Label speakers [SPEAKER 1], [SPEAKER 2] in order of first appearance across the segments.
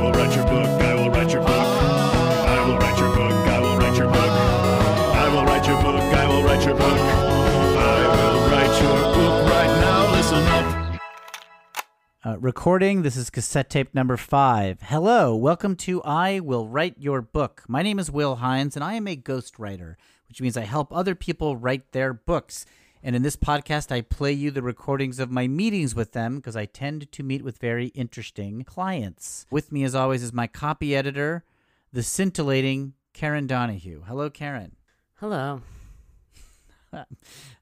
[SPEAKER 1] will write your book. I will write your book. I will write your book. I will write your book. I will write your book. I will write your book. I will write your book right now. Listen up.
[SPEAKER 2] Uh, recording, this is cassette tape number five. Hello, welcome to I Will Write Your Book. My name is Will Hines, and I am a ghostwriter, which means I help other people write their books. And in this podcast, I play you the recordings of my meetings with them because I tend to meet with very interesting clients. With me, as always, is my copy editor, the scintillating Karen Donahue. Hello, Karen.
[SPEAKER 3] Hello.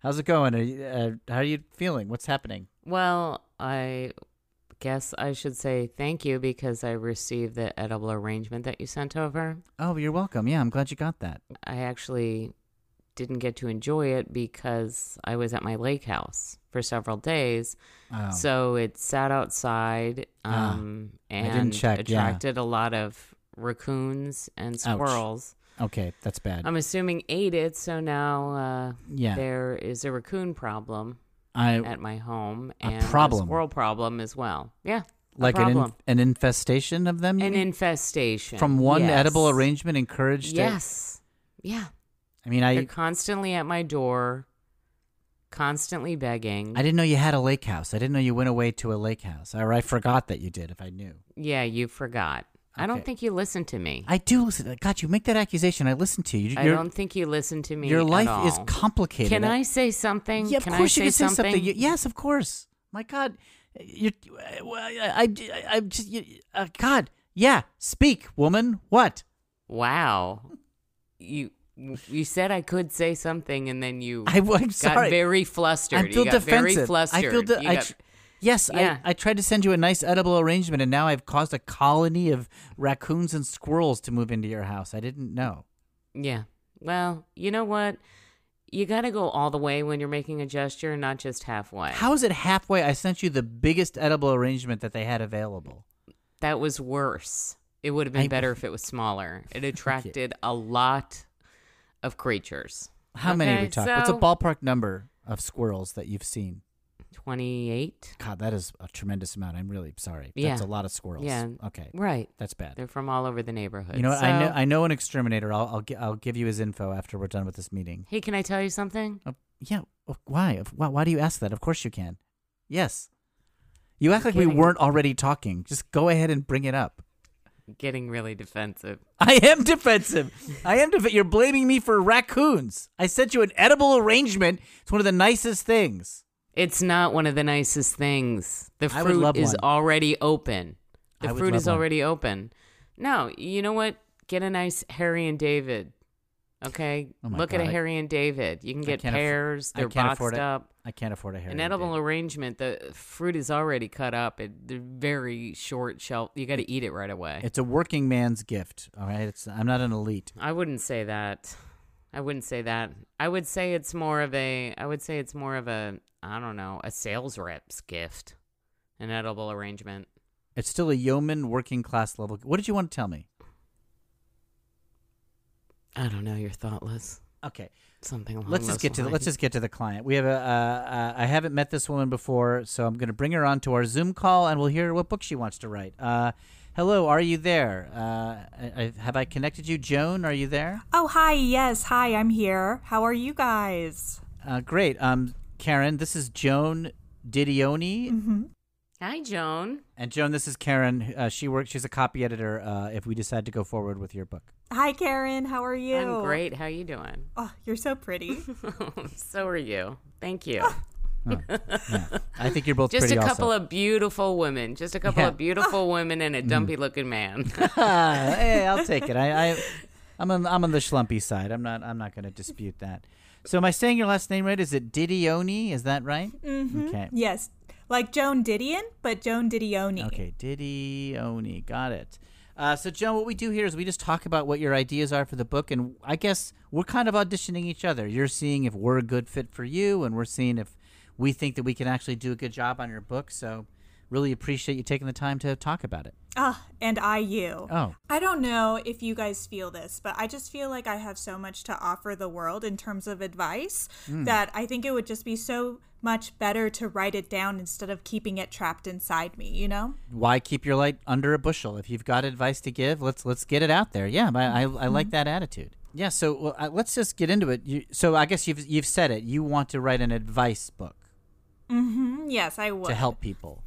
[SPEAKER 2] How's it going? Are you, uh, how are you feeling? What's happening?
[SPEAKER 3] Well, I guess I should say thank you because I received the edible arrangement that you sent over.
[SPEAKER 2] Oh, you're welcome. Yeah, I'm glad you got that.
[SPEAKER 3] I actually didn't get to enjoy it because I was at my lake house for several days.
[SPEAKER 2] Oh.
[SPEAKER 3] So it sat outside
[SPEAKER 2] Ah,
[SPEAKER 3] um,
[SPEAKER 2] didn't
[SPEAKER 3] and
[SPEAKER 2] check, yeah.
[SPEAKER 3] attracted a lot of raccoons and squirrels.
[SPEAKER 2] Okay, that's bad.
[SPEAKER 3] I'm assuming ate it, so now uh,
[SPEAKER 2] Yeah.
[SPEAKER 3] there is a raccoon problem.
[SPEAKER 2] I
[SPEAKER 3] at my home
[SPEAKER 2] A
[SPEAKER 3] and
[SPEAKER 2] problem.
[SPEAKER 3] squirrel problem as well. Yeah, a
[SPEAKER 2] like an inf-
[SPEAKER 3] problem.
[SPEAKER 2] an infestation of them. you
[SPEAKER 3] an
[SPEAKER 2] mean?
[SPEAKER 3] infestation
[SPEAKER 2] from one
[SPEAKER 3] Yes.
[SPEAKER 2] edible arrangement encouraged. it?
[SPEAKER 3] Yes, yeah,
[SPEAKER 2] I mean,
[SPEAKER 3] they're
[SPEAKER 2] I
[SPEAKER 3] constantly at my door, constantly begging.
[SPEAKER 2] I didn't know you had a lake house. I didn't know you went away to a lake house, or I forgot that you did. If I knew,
[SPEAKER 3] yeah, you forgot. I
[SPEAKER 2] Okay.
[SPEAKER 3] don't think you listened to me.
[SPEAKER 2] I do listen. uh, God, you make that accusation. I listen to you.
[SPEAKER 3] I
[SPEAKER 2] Your-
[SPEAKER 3] don't think you listened to me.
[SPEAKER 2] Your
[SPEAKER 3] at
[SPEAKER 2] life is
[SPEAKER 3] all.
[SPEAKER 2] complicated.
[SPEAKER 3] Can I say something?
[SPEAKER 2] Yeah, of
[SPEAKER 3] Can I
[SPEAKER 2] course you
[SPEAKER 3] say
[SPEAKER 2] can say something.
[SPEAKER 3] something?
[SPEAKER 2] You- yes, of course. My God, you. Well, I, I, I just. You, uh, God, yeah. Speak, woman. What?
[SPEAKER 3] Wow, you you said I could say something, and then you
[SPEAKER 2] I, am sorry.
[SPEAKER 3] got very flustered.
[SPEAKER 2] I feel
[SPEAKER 3] you got
[SPEAKER 2] defensive.
[SPEAKER 3] very flustered.
[SPEAKER 2] I feel. De-
[SPEAKER 3] You
[SPEAKER 2] I
[SPEAKER 3] got-
[SPEAKER 2] tr- yes,
[SPEAKER 3] Yeah.
[SPEAKER 2] I, I tried to send you a nice edible arrangement, and now I've caused a colony of raccoons and squirrels to move into your house. I didn't know.
[SPEAKER 3] Yeah. Well, you know what? You got to go all the way when you're making a gesture, and not just halfway.
[SPEAKER 2] How is it halfway? I sent you the biggest edible arrangement that they had available.
[SPEAKER 3] that was worse. It would have been
[SPEAKER 2] I-
[SPEAKER 3] better if it was smaller. It attracted a lot of creatures.
[SPEAKER 2] How many are we
[SPEAKER 3] Okay,
[SPEAKER 2] talking? What's a
[SPEAKER 3] so-
[SPEAKER 2] ballpark number of squirrels that you've seen?
[SPEAKER 3] 28?
[SPEAKER 2] God, that is a tremendous amount. I'm really sorry. That's
[SPEAKER 3] Yeah.
[SPEAKER 2] a lot of squirrels.
[SPEAKER 3] Yeah.
[SPEAKER 2] Okay.
[SPEAKER 3] Right.
[SPEAKER 2] That's bad.
[SPEAKER 3] They're from all over the neighborhood.
[SPEAKER 2] You know what? I
[SPEAKER 3] So-
[SPEAKER 2] know I know an exterminator. I'll I'll, gi- I'll give you his info after we're done with this meeting.
[SPEAKER 3] Hey, can I tell you something?
[SPEAKER 2] Uh, yeah. uh, Why? Of- Why? Why do you ask that? Of course you can. Yes. You act like we
[SPEAKER 3] kidding.
[SPEAKER 2] weren't already talking. Just go ahead and bring it up.
[SPEAKER 3] Getting really defensive.
[SPEAKER 2] I am defensive. I am def- You're blaming me for raccoons. I sent you an edible arrangement. It's one of the nicest things.
[SPEAKER 3] It's not one of the nicest things. The
[SPEAKER 2] I would love
[SPEAKER 3] fruit is
[SPEAKER 2] one.
[SPEAKER 3] already open.
[SPEAKER 2] I
[SPEAKER 3] The
[SPEAKER 2] would
[SPEAKER 3] fruit
[SPEAKER 2] love
[SPEAKER 3] is
[SPEAKER 2] one.
[SPEAKER 3] already open. No, you know what? Get a nice Harry and David. Okay,
[SPEAKER 2] Oh my
[SPEAKER 3] look at
[SPEAKER 2] God,
[SPEAKER 3] a
[SPEAKER 2] I-
[SPEAKER 3] Harry and David. You can
[SPEAKER 2] I
[SPEAKER 3] get
[SPEAKER 2] can't aff-
[SPEAKER 3] pears.
[SPEAKER 2] I
[SPEAKER 3] they're
[SPEAKER 2] can't
[SPEAKER 3] boxed
[SPEAKER 2] afford it.
[SPEAKER 3] up.
[SPEAKER 2] I can't afford a hair.
[SPEAKER 3] An edible arrangement. The fruit is already cut up. It, they're very short shelf. You got to eat it right away.
[SPEAKER 2] It's a working man's gift. All right. It's I'm not an elite.
[SPEAKER 3] I wouldn't say that. I wouldn't say that. I would say it's more of a. I would say it's more of a. I don't know. A sales rep's gift. An edible arrangement.
[SPEAKER 2] It's still a yeoman working class level. What did you want to tell me?
[SPEAKER 3] I don't know. You're thoughtless.
[SPEAKER 2] Okay.
[SPEAKER 3] Something. Along
[SPEAKER 2] let's just
[SPEAKER 3] those
[SPEAKER 2] get to the, let's
[SPEAKER 3] lines.
[SPEAKER 2] just get to the client. We have a uh, uh, I haven't met this woman before, so I'm going to bring her onto our Zoom call and we'll hear what book she wants to write. Uh, hello, are you there? Uh, I, I, have I connected you, Joan? Are you there?
[SPEAKER 4] Oh, hi. Yes. Hi, I'm here. How are you guys?
[SPEAKER 2] Uh, great. Um, Karen, this is Joan Didioni,
[SPEAKER 3] Mm-hmm. Hi, Joan.
[SPEAKER 2] and Joan, this is Karen. Uh, she works. She's a copy editor. Uh, if we decide to go forward with your book,
[SPEAKER 4] Hi, Karen. How are you?
[SPEAKER 3] I'm great. How you doing?
[SPEAKER 4] Oh, you're so pretty.
[SPEAKER 3] so are you. Thank you.
[SPEAKER 2] Ah. I think you're both
[SPEAKER 3] just
[SPEAKER 2] pretty
[SPEAKER 3] a couple
[SPEAKER 2] also.
[SPEAKER 3] of beautiful women. Just a couple
[SPEAKER 2] Yeah.
[SPEAKER 3] of beautiful women and a dumpy looking man.
[SPEAKER 2] Ah, hey, I'll take it. I, I I'm on I'm on the schlumpy side. I'm not I'm not going to dispute that. So am I saying your last name right? Is it Didioni? Is that right? Mm-hmm. Okay.
[SPEAKER 4] yes. Like Joan Didion, but Joan Didioni.
[SPEAKER 2] Okay, Didioni. Got it. Uh, so Joan, what we do here is we just talk about what your ideas are for the book, and I guess we're kind of auditioning each other. You're seeing if we're a good fit for you, and we're seeing if we think that we can actually do a good job on your book. So. Really appreciate you taking the time to talk about it.
[SPEAKER 4] Ah, and I you.
[SPEAKER 2] Oh,
[SPEAKER 4] I don't know if you guys feel this, but I just feel like I have so much to offer the world in terms of advice
[SPEAKER 2] Mm.
[SPEAKER 4] that I think it would just be so much better to write it down instead of keeping it trapped inside me, you know?
[SPEAKER 2] why keep your light under a bushel? If you've got advice to give, let's let's get it out there. Yeah, I I, I
[SPEAKER 3] Mm-hmm.
[SPEAKER 2] like that attitude. Yeah, so well, I, let's just get into it. You, so I guess you've you've said it. You want to write an advice book
[SPEAKER 4] Mm, Yes, I would.
[SPEAKER 2] to help people.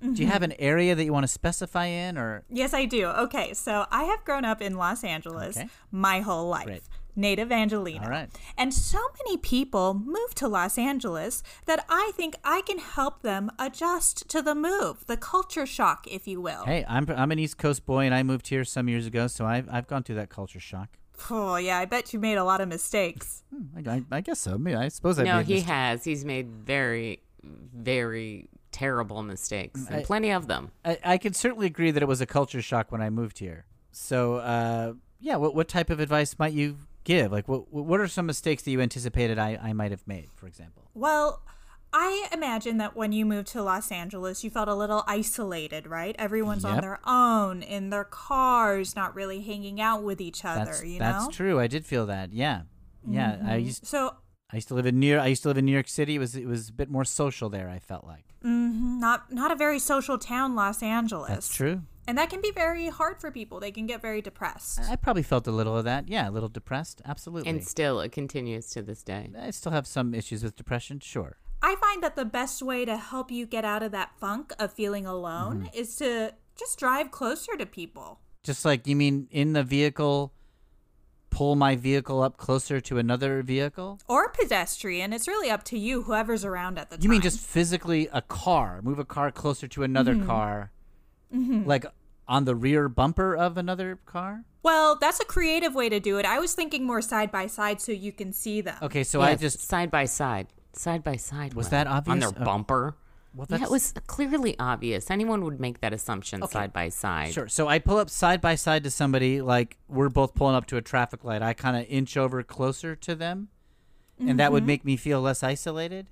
[SPEAKER 2] Do
[SPEAKER 3] Mm-hmm.
[SPEAKER 2] you have an area that you want to specify in, or
[SPEAKER 4] Yes, I do. Okay, so I have grown up in Los Angeles
[SPEAKER 2] Okay.
[SPEAKER 4] my whole life.
[SPEAKER 2] Great.
[SPEAKER 4] Native Angelina.
[SPEAKER 2] All right.
[SPEAKER 4] And so many people move to Los Angeles that I think I can help them adjust to the move, the culture shock, if you will.
[SPEAKER 2] hey, I'm I'm an East Coast boy and I moved here some years ago, so I've I've gone through that culture shock.
[SPEAKER 4] Oh, yeah, I bet you made a lot of mistakes.
[SPEAKER 2] Hmm, I, I, I guess so. I, mean, I suppose I
[SPEAKER 3] no,
[SPEAKER 2] made
[SPEAKER 3] he
[SPEAKER 2] mis-
[SPEAKER 3] has. He's made very, very terrible mistakes, and
[SPEAKER 2] I-
[SPEAKER 3] plenty of them.
[SPEAKER 2] I, I can certainly agree that it was a culture shock when I moved here. So, uh, yeah, what, what type of advice might you give? Like, what what are some mistakes that you anticipated I, I might have made, for example?
[SPEAKER 4] Well, I imagine that when you moved to Los Angeles, you felt a little isolated, right? Everyone's on
[SPEAKER 2] Yep.
[SPEAKER 4] their own in their cars, not really hanging out with each other,
[SPEAKER 2] that's
[SPEAKER 4] you
[SPEAKER 2] that's
[SPEAKER 4] know? Mm-hmm.
[SPEAKER 2] true. I did feel that. Yeah, yeah. I used
[SPEAKER 4] So
[SPEAKER 2] I used to live in New I used to live in New York City. It was it was a bit more social there. I felt like
[SPEAKER 4] not not a very social town, Los Angeles.
[SPEAKER 2] that's true.
[SPEAKER 4] And that can be very hard for people. They can get very depressed.
[SPEAKER 2] I probably felt a little of that. Yeah, a little depressed. Absolutely.
[SPEAKER 3] And still, it continues to this day.
[SPEAKER 2] I still have some issues with depression. Sure.
[SPEAKER 4] I find that the best way to help you get out of that funk of feeling alone
[SPEAKER 2] Mm-hmm.
[SPEAKER 4] is to just drive closer to people.
[SPEAKER 2] Just like you mean in the vehicle, pull my vehicle up closer to another vehicle.
[SPEAKER 4] Or pedestrian. It's really up to you, whoever's around at the time.
[SPEAKER 2] You mean just physically a car, move a car closer to another
[SPEAKER 3] Mm-hmm.
[SPEAKER 2] car, like on the rear bumper of another car?
[SPEAKER 4] Well, that's a creative way to do it. I was thinking more side by side so you can see them.
[SPEAKER 2] Okay, so I
[SPEAKER 3] Uh, Yes,
[SPEAKER 2] just
[SPEAKER 3] side by side, side by side.
[SPEAKER 2] Was
[SPEAKER 3] Will,
[SPEAKER 2] that
[SPEAKER 3] on
[SPEAKER 2] obvious?
[SPEAKER 3] their
[SPEAKER 2] Oh.
[SPEAKER 3] bumper?
[SPEAKER 2] well
[SPEAKER 3] that was clearly obvious. Anyone would make that assumption
[SPEAKER 2] Okay.
[SPEAKER 3] side by side.
[SPEAKER 2] sure. So I pull up side by side to somebody, like we're both pulling up to a traffic light. I kind of inch over closer to them, and that
[SPEAKER 3] Mm-hmm.
[SPEAKER 2] would make me feel less isolated.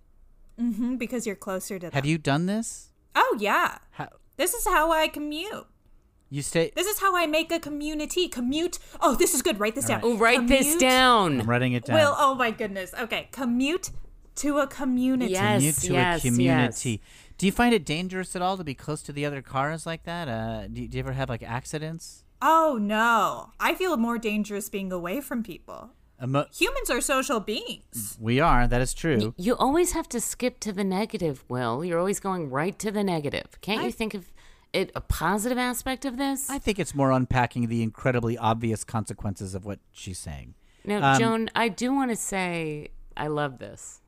[SPEAKER 4] Mhm, because you're closer to them.
[SPEAKER 2] Have you done this?
[SPEAKER 4] Oh, yeah.
[SPEAKER 2] How,
[SPEAKER 4] This is how I commute.
[SPEAKER 2] you stay.
[SPEAKER 4] This is how I make a community. Commute. Oh, this is good. Write this down.
[SPEAKER 3] Oh, write this
[SPEAKER 4] Commute-
[SPEAKER 2] I'm
[SPEAKER 3] down.
[SPEAKER 2] writing it down.
[SPEAKER 4] Will, oh my goodness. Okay. Commute to a community.
[SPEAKER 3] Yeah.
[SPEAKER 2] commute
[SPEAKER 3] Yes,
[SPEAKER 2] to
[SPEAKER 3] yes,
[SPEAKER 2] a community. Do you find it dangerous at all to be close to the other cars like that? Uh, do, do you ever have like accidents?
[SPEAKER 4] Oh, no. I feel more dangerous being away from people.
[SPEAKER 2] Emo-
[SPEAKER 4] Humans are social beings.
[SPEAKER 2] we are. That is true.
[SPEAKER 3] You always have to skip to the negative, Will. You're always going right to the negative. Can't
[SPEAKER 2] I-
[SPEAKER 3] you think of it a positive aspect of this?
[SPEAKER 2] I think it's more unpacking the incredibly obvious consequences of what she's saying.
[SPEAKER 3] now,
[SPEAKER 2] um,
[SPEAKER 3] Joan, I do want to say I love this.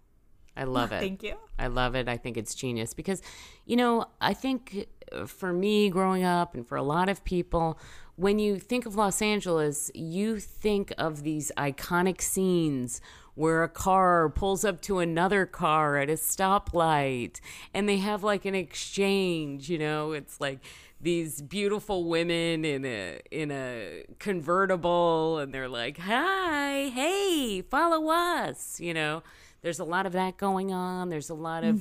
[SPEAKER 3] I love it.
[SPEAKER 4] Thank you.
[SPEAKER 3] I love it. I think it's genius because, you know, I think uh, for me growing up and for a lot of people, when you think of Los Angeles, you think of these iconic scenes where a car pulls up to another car at a stoplight and they have like an exchange, you know, it's like these beautiful women in a in a convertible and they're like, "Hi, hey, follow us," you know. There's a lot of that going on. There's a lot of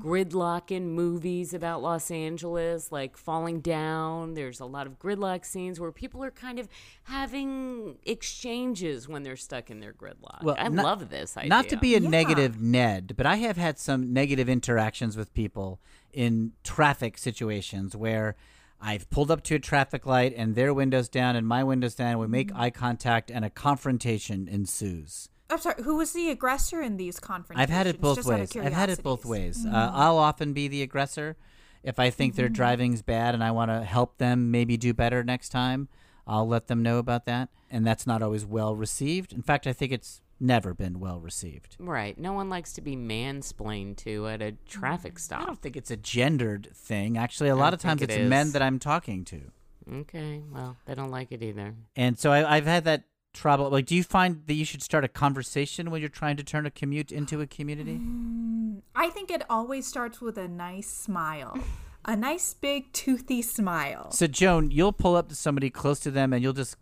[SPEAKER 3] gridlock in movies about Los Angeles, like falling down. There's a lot of gridlock scenes where people are kind of having exchanges when they're stuck in their gridlock. I
[SPEAKER 2] not-
[SPEAKER 3] love this idea.
[SPEAKER 2] Not to be a
[SPEAKER 4] Yeah.
[SPEAKER 2] negative Ned, but I have had some negative interactions with people in traffic situations where I've pulled up to a traffic light and their windows down and my windows down. We make eye contact and a confrontation ensues.
[SPEAKER 4] I'm sorry. Who was the aggressor in these conferences?
[SPEAKER 2] I've had it both ways. I've had it both ways.
[SPEAKER 3] Mm-hmm.
[SPEAKER 2] Uh, I'll often be the aggressor if I think their driving's bad and I want to help them maybe do better next time. I'll let them know about that, and that's not always well received. In fact, I think it's never been well received.
[SPEAKER 3] Right. No one likes to be mansplained to at a traffic
[SPEAKER 2] I
[SPEAKER 3] stop.
[SPEAKER 2] don't think it's a gendered thing. Actually, a
[SPEAKER 3] I
[SPEAKER 2] lot
[SPEAKER 3] don't
[SPEAKER 2] of times
[SPEAKER 3] think
[SPEAKER 2] it's
[SPEAKER 3] it
[SPEAKER 2] men
[SPEAKER 3] is.
[SPEAKER 2] that I'm talking to,
[SPEAKER 3] Okay. Well, they don't like it either.
[SPEAKER 2] and so I, I've had that trouble. Like, do you find that you should start a conversation when you're trying to turn a commute into a community?
[SPEAKER 4] I think it always starts with a nice smile, a nice big toothy smile.
[SPEAKER 2] So Joan, you'll pull up to somebody
[SPEAKER 4] Mm-hmm.
[SPEAKER 2] close to them and you'll just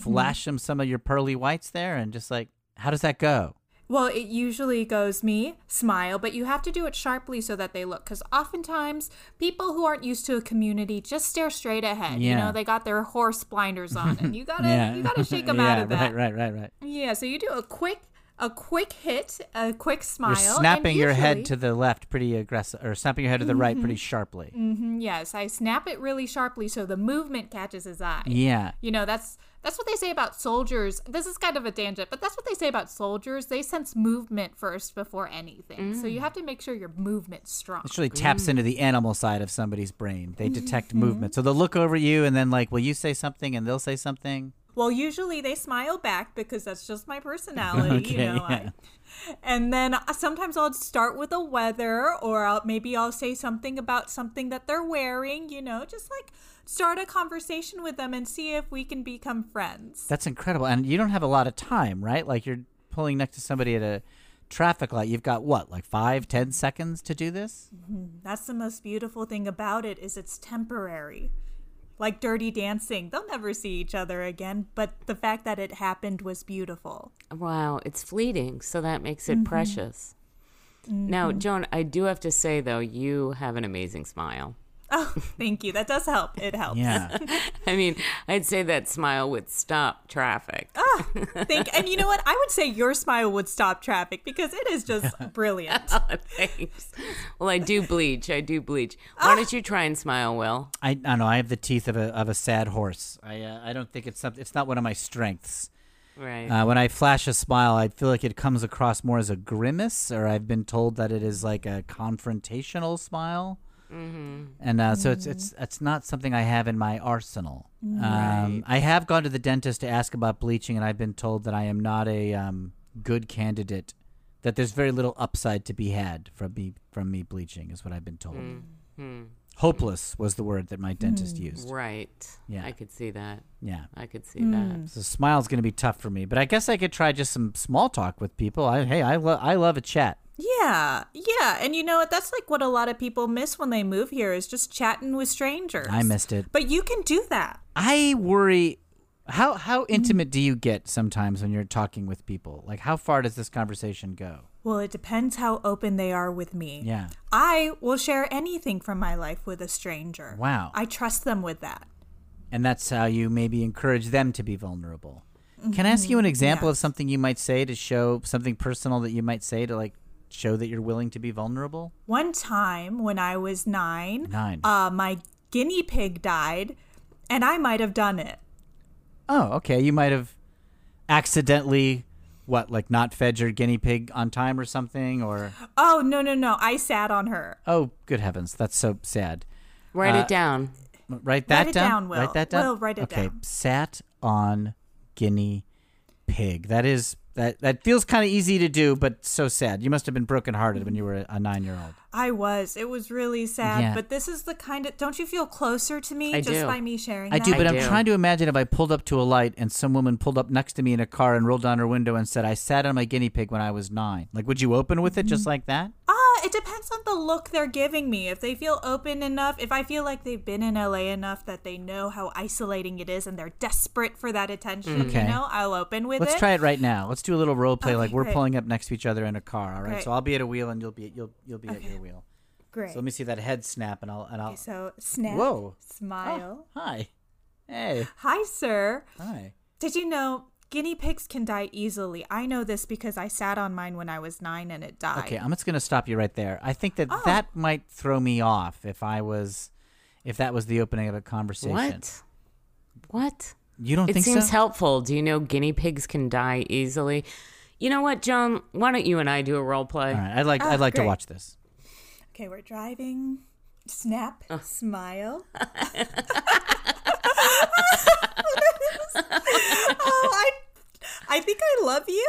[SPEAKER 2] flash them some of your pearly whites there and just like, how does that go?
[SPEAKER 4] Well, it usually goes me, smile, but you have to do it sharply so that they look. Because oftentimes, people who aren't used to a community just stare straight ahead. You
[SPEAKER 2] Yeah.
[SPEAKER 4] know, they got their horse blinders on, and you gotta
[SPEAKER 2] yeah.
[SPEAKER 4] you gotta shake them
[SPEAKER 2] yeah,
[SPEAKER 4] out of that.
[SPEAKER 2] Right, right, right, right.
[SPEAKER 4] Yeah. So you do a quick a quick hit, a quick smile.
[SPEAKER 2] You're
[SPEAKER 4] and
[SPEAKER 2] snapping your head
[SPEAKER 4] usually- Mm-hmm.
[SPEAKER 2] to the left pretty aggressive, or snapping your head to the right pretty sharply.
[SPEAKER 4] Mm. hmm, Yes, I snap it really sharply so the movement catches his eye.
[SPEAKER 2] Yeah.
[SPEAKER 4] You know, that's that's what they say about soldiers. This is kind of a tangent, but that's what they say about soldiers. They sense movement first before anything. So you have to make sure your movement's strong.
[SPEAKER 2] This really
[SPEAKER 4] Mm.
[SPEAKER 2] taps into the animal side of somebody's brain. They detect
[SPEAKER 4] Mm-hmm.
[SPEAKER 2] movement. So they'll look over at you and then, like, will you say something? And they'll say something.
[SPEAKER 4] Well, usually they smile back because that's just my personality, you
[SPEAKER 2] Okay,
[SPEAKER 4] know. I- and then sometimes I'll start with the weather, or I'll, maybe I'll say something about something that they're wearing, you know, just like start a conversation with them and see if we can become friends.
[SPEAKER 2] That's incredible. And you don't have a lot of time, right? Like, you're pulling next to somebody at a traffic light. You've got what, like five, ten seconds to do this?
[SPEAKER 4] That's the most beautiful thing about it is it's temporary. Like dirty dancing, they'll never see each other again, but the fact that it happened was beautiful.
[SPEAKER 3] Wow, it's fleeting, so that makes it precious. Now, Joan, I do have to say though, you have an amazing smile.
[SPEAKER 4] Oh, thank you. That does help. It helps.
[SPEAKER 2] Yeah.
[SPEAKER 3] I mean, I'd say that smile would stop traffic.
[SPEAKER 2] Oh.
[SPEAKER 4] Think and you know what? I would say your smile would stop traffic because it is just brilliant.
[SPEAKER 3] Thanks. Well, I do bleach. I do bleach. Why don't you try and smile, Will?
[SPEAKER 2] I, I don't know. I have the teeth of a, of a sad horse. I, uh, I don't think it's something, it's not one of my strengths.
[SPEAKER 3] Right.
[SPEAKER 2] Uh, when I flash a smile, I feel like it comes across more as a grimace, or I've been told that it is like a confrontational smile. And uh, so it's it's it's not something I have in my arsenal. Um, I have gone to the dentist to ask about bleaching, and I've been told that I am not a um, good candidate. That there's very little upside to be had from me from me bleaching is what I've been told. Hopeless was the word that my dentist used.
[SPEAKER 3] right.
[SPEAKER 2] Yeah. Hmm.
[SPEAKER 3] I could see that.
[SPEAKER 2] Yeah.
[SPEAKER 3] I could see that.
[SPEAKER 2] So smile's going to be tough for me, but I guess I could try just some small talk with people. I hey, I love I love a chat.
[SPEAKER 4] Yeah. Yeah. And you know what? That's like what a lot of people miss when they move here is just chatting with strangers.
[SPEAKER 2] I missed it.
[SPEAKER 4] But you can do that.
[SPEAKER 2] I worry how how intimate do you get sometimes when you're talking with people? Like how far does this conversation go?
[SPEAKER 4] Well, it depends how open they are with me.
[SPEAKER 2] Yeah.
[SPEAKER 4] I will share anything from my life with a stranger.
[SPEAKER 2] Wow.
[SPEAKER 4] I trust them with that.
[SPEAKER 2] And that's how you maybe encourage them to be vulnerable. Can I ask you an example of something you might say to show something personal that you might say to like show that you're willing to be vulnerable?
[SPEAKER 4] One time when I was nine,
[SPEAKER 2] Nine.
[SPEAKER 4] Uh, my guinea pig died, and I might have done it.
[SPEAKER 2] Oh, okay. You might have accidentally what, like not fed your guinea pig on time or something or
[SPEAKER 4] Oh, no, no, no. I sat on her.
[SPEAKER 2] Oh, good heavens. That's so sad.
[SPEAKER 3] Write
[SPEAKER 2] Uh,
[SPEAKER 3] it down.
[SPEAKER 2] M- Write that
[SPEAKER 4] it
[SPEAKER 2] down.
[SPEAKER 4] down, Will.
[SPEAKER 2] Write that down.
[SPEAKER 4] Will, write it
[SPEAKER 2] okay.
[SPEAKER 4] down.
[SPEAKER 2] Sat on guinea pig. That is that that feels kind of easy to do, but so sad. You must have been brokenhearted when you were a- a nine year old.
[SPEAKER 4] I was. It was really sad.
[SPEAKER 2] Yeah.
[SPEAKER 4] But this is the kind of. Don't you feel closer to me
[SPEAKER 3] I
[SPEAKER 4] just
[SPEAKER 3] do.
[SPEAKER 4] by me sharing
[SPEAKER 2] I
[SPEAKER 4] that?
[SPEAKER 2] do, but I am
[SPEAKER 3] do.
[SPEAKER 2] trying to imagine if I pulled up to a light and some woman pulled up next to me in a car and rolled down her window and said, "I sat on my guinea pig when I was nine. Like, would you open with it
[SPEAKER 4] Mm-hmm.
[SPEAKER 2] just like that?
[SPEAKER 4] Ah, it depends on the look they're giving me. If they feel open enough, if I feel like they've been in LA enough that they know how isolating it is and they're desperate for that attention,
[SPEAKER 2] Okay.
[SPEAKER 4] you know, I'll open with
[SPEAKER 2] Let's
[SPEAKER 4] it.
[SPEAKER 2] try it right now. Let's do a little role play.
[SPEAKER 4] Okay,
[SPEAKER 2] like we're
[SPEAKER 4] great.
[SPEAKER 2] pulling up next to each other in a car. All right.
[SPEAKER 4] Great.
[SPEAKER 2] So I'll be at a wheel and you'll be at, you'll you'll be at your wheel.
[SPEAKER 4] Great.
[SPEAKER 2] So let me see that head snap and I'll and I'll.
[SPEAKER 4] Okay, so snap,
[SPEAKER 2] Whoa. Oh,
[SPEAKER 4] smile.
[SPEAKER 2] hi. Hey.
[SPEAKER 4] Hi, sir.
[SPEAKER 2] Hi.
[SPEAKER 4] Did you know guinea pigs can die easily? I know this because I sat on mine when I was nine and it died.
[SPEAKER 2] Okay, I'm just going to stop you right there. I think that that might throw me off if I was, if that was the opening of a conversation.
[SPEAKER 3] What? What?
[SPEAKER 2] You don't
[SPEAKER 3] It
[SPEAKER 2] think
[SPEAKER 3] seems
[SPEAKER 2] so?
[SPEAKER 3] helpful. Do you know guinea pigs can die easily? You know what, Joan? Why don't you and I do a role play?
[SPEAKER 2] All right, I'd like I'd like to
[SPEAKER 4] great.
[SPEAKER 2] watch this.
[SPEAKER 4] Okay, we're driving. Snap,
[SPEAKER 2] Ah.
[SPEAKER 4] smile. oh, I, I think I love you.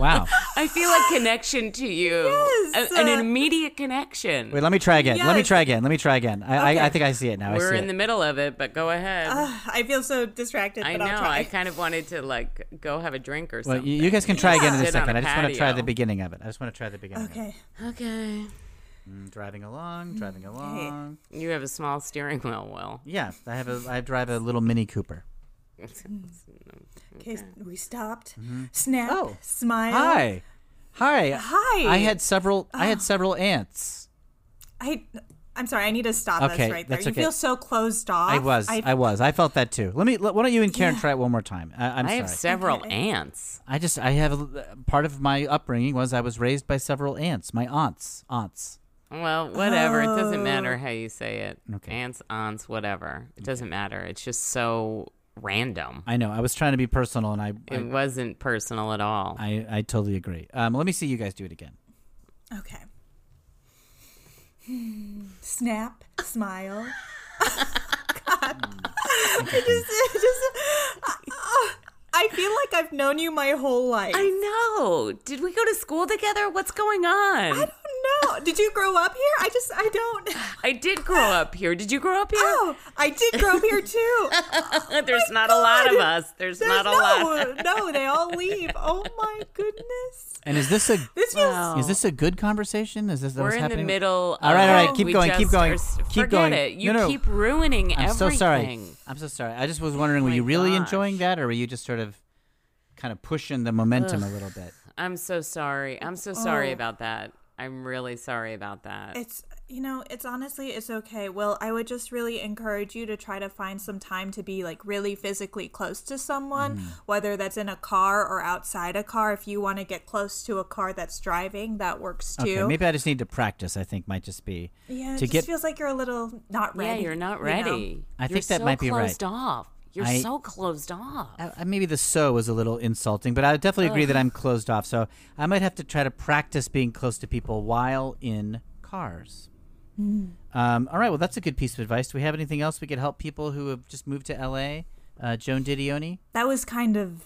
[SPEAKER 2] Wow.
[SPEAKER 3] I feel a connection to you.
[SPEAKER 4] Yes.
[SPEAKER 3] A- an immediate connection.
[SPEAKER 2] Wait, let me try again. Let me
[SPEAKER 4] Yes.
[SPEAKER 2] try again. Let me try again. I I, I think I see it now. I
[SPEAKER 3] We're
[SPEAKER 2] see
[SPEAKER 3] in
[SPEAKER 2] it.
[SPEAKER 3] the middle of it, but go ahead.
[SPEAKER 4] I feel so distracted,
[SPEAKER 3] I
[SPEAKER 4] but
[SPEAKER 3] know.
[SPEAKER 4] I'll
[SPEAKER 3] I
[SPEAKER 4] try.
[SPEAKER 3] kind of wanted to like go have a drink or
[SPEAKER 2] well,
[SPEAKER 3] something.
[SPEAKER 2] you, you guys can try again in a
[SPEAKER 3] Sit on
[SPEAKER 2] second.
[SPEAKER 3] a
[SPEAKER 2] I just want to try the
[SPEAKER 3] patio.
[SPEAKER 2] beginning of it. I just want to try the beginning. of it.
[SPEAKER 4] Okay.
[SPEAKER 3] okay.
[SPEAKER 2] Mm, driving along, driving along.
[SPEAKER 3] You have a small steering wheel, Will.
[SPEAKER 2] Yeah, I have a I drive a little Mini Cooper.
[SPEAKER 4] Okay, we stopped. Snap.
[SPEAKER 2] Oh.
[SPEAKER 4] Smile.
[SPEAKER 2] Hi. Hi.
[SPEAKER 4] Hi.
[SPEAKER 2] I had several I had several ants.
[SPEAKER 4] I. I'm sorry. I need to stop
[SPEAKER 2] Okay,
[SPEAKER 4] us right there.
[SPEAKER 2] that's
[SPEAKER 4] You
[SPEAKER 2] okay.
[SPEAKER 4] feel so closed off.
[SPEAKER 2] I was. I, was. I felt that too. Let me let, why don't you and Karen try it one more time? I, I'm
[SPEAKER 3] I
[SPEAKER 2] sorry.
[SPEAKER 3] have several ants.
[SPEAKER 2] I just I have a, part of my upbringing was I was raised by several aunts, my aunts, aunts.
[SPEAKER 3] Well, whatever. It doesn't matter how you say it. Ants, aunts, whatever. It doesn't matter. It's just so random.
[SPEAKER 2] I know. I was trying to be personal, and I
[SPEAKER 3] it
[SPEAKER 2] I,
[SPEAKER 3] wasn't personal at all.
[SPEAKER 2] I, I totally agree. Um, let me see you guys do it again.
[SPEAKER 4] Okay. Hmm, Snap, smile. God. I just, I just, I- I feel like I've known you my whole life. I
[SPEAKER 3] I know. Did we go to school together? What's going on?
[SPEAKER 4] don't know. Did you grow up here? I just, I don't.
[SPEAKER 3] I did grow up here. Did you grow up here?
[SPEAKER 4] Oh, I did grow up here too.
[SPEAKER 3] There's not a lot of us. There's,
[SPEAKER 4] There's
[SPEAKER 3] not a lot.
[SPEAKER 4] no, no, they all leave. Oh my goodness.
[SPEAKER 2] And is this a
[SPEAKER 4] This feels.
[SPEAKER 2] is this a good conversation? Is this that
[SPEAKER 3] We're
[SPEAKER 2] was
[SPEAKER 3] in the
[SPEAKER 2] happening?
[SPEAKER 3] middle.
[SPEAKER 2] All right,
[SPEAKER 3] of-
[SPEAKER 2] all right, keep
[SPEAKER 3] we
[SPEAKER 2] going, keep
[SPEAKER 3] just
[SPEAKER 2] going,
[SPEAKER 3] are s-
[SPEAKER 2] keep
[SPEAKER 3] forget
[SPEAKER 2] going.
[SPEAKER 3] it. You
[SPEAKER 2] No, no.
[SPEAKER 3] keep ruining
[SPEAKER 2] I'm
[SPEAKER 3] everything. Oh
[SPEAKER 2] so sorry. I'm so sorry. I just was wondering, were
[SPEAKER 3] my
[SPEAKER 2] you really
[SPEAKER 3] gosh.
[SPEAKER 2] enjoying that, or were you just sort of kind of pushing the momentum a little bit?
[SPEAKER 3] I'm so sorry. I'm so sorry
[SPEAKER 4] Oh.
[SPEAKER 3] about that. I'm really sorry about that.
[SPEAKER 4] It's you know, it's honestly it's okay. Well, I would just really encourage you to try to find some time to be like really physically close to
[SPEAKER 2] Mm.
[SPEAKER 4] someone, whether that's in a car or outside a car. If you want to get close to a car that's driving, that works too.
[SPEAKER 2] Okay, maybe I just need to practice. I think might just be
[SPEAKER 4] yeah, it
[SPEAKER 2] to
[SPEAKER 4] just
[SPEAKER 2] get.
[SPEAKER 4] feels like you're a little not
[SPEAKER 3] yeah,
[SPEAKER 4] ready.
[SPEAKER 3] you're not
[SPEAKER 4] you
[SPEAKER 3] ready.
[SPEAKER 4] know?
[SPEAKER 2] I
[SPEAKER 3] You're
[SPEAKER 2] think that
[SPEAKER 3] so
[SPEAKER 2] might be right.
[SPEAKER 3] closed off. You're
[SPEAKER 2] I- Uh,
[SPEAKER 3] so closed off.
[SPEAKER 2] I, I- maybe the so was a little insulting, but I definitely agree that I'm closed off. So I might have to try to practice being close to people while in cars.
[SPEAKER 4] Mm.
[SPEAKER 2] Um, all right. Well, that's a good piece of advice. Do we have anything else we could help people who have just moved to LA? Uh, Joan Didioni.
[SPEAKER 4] That was kind of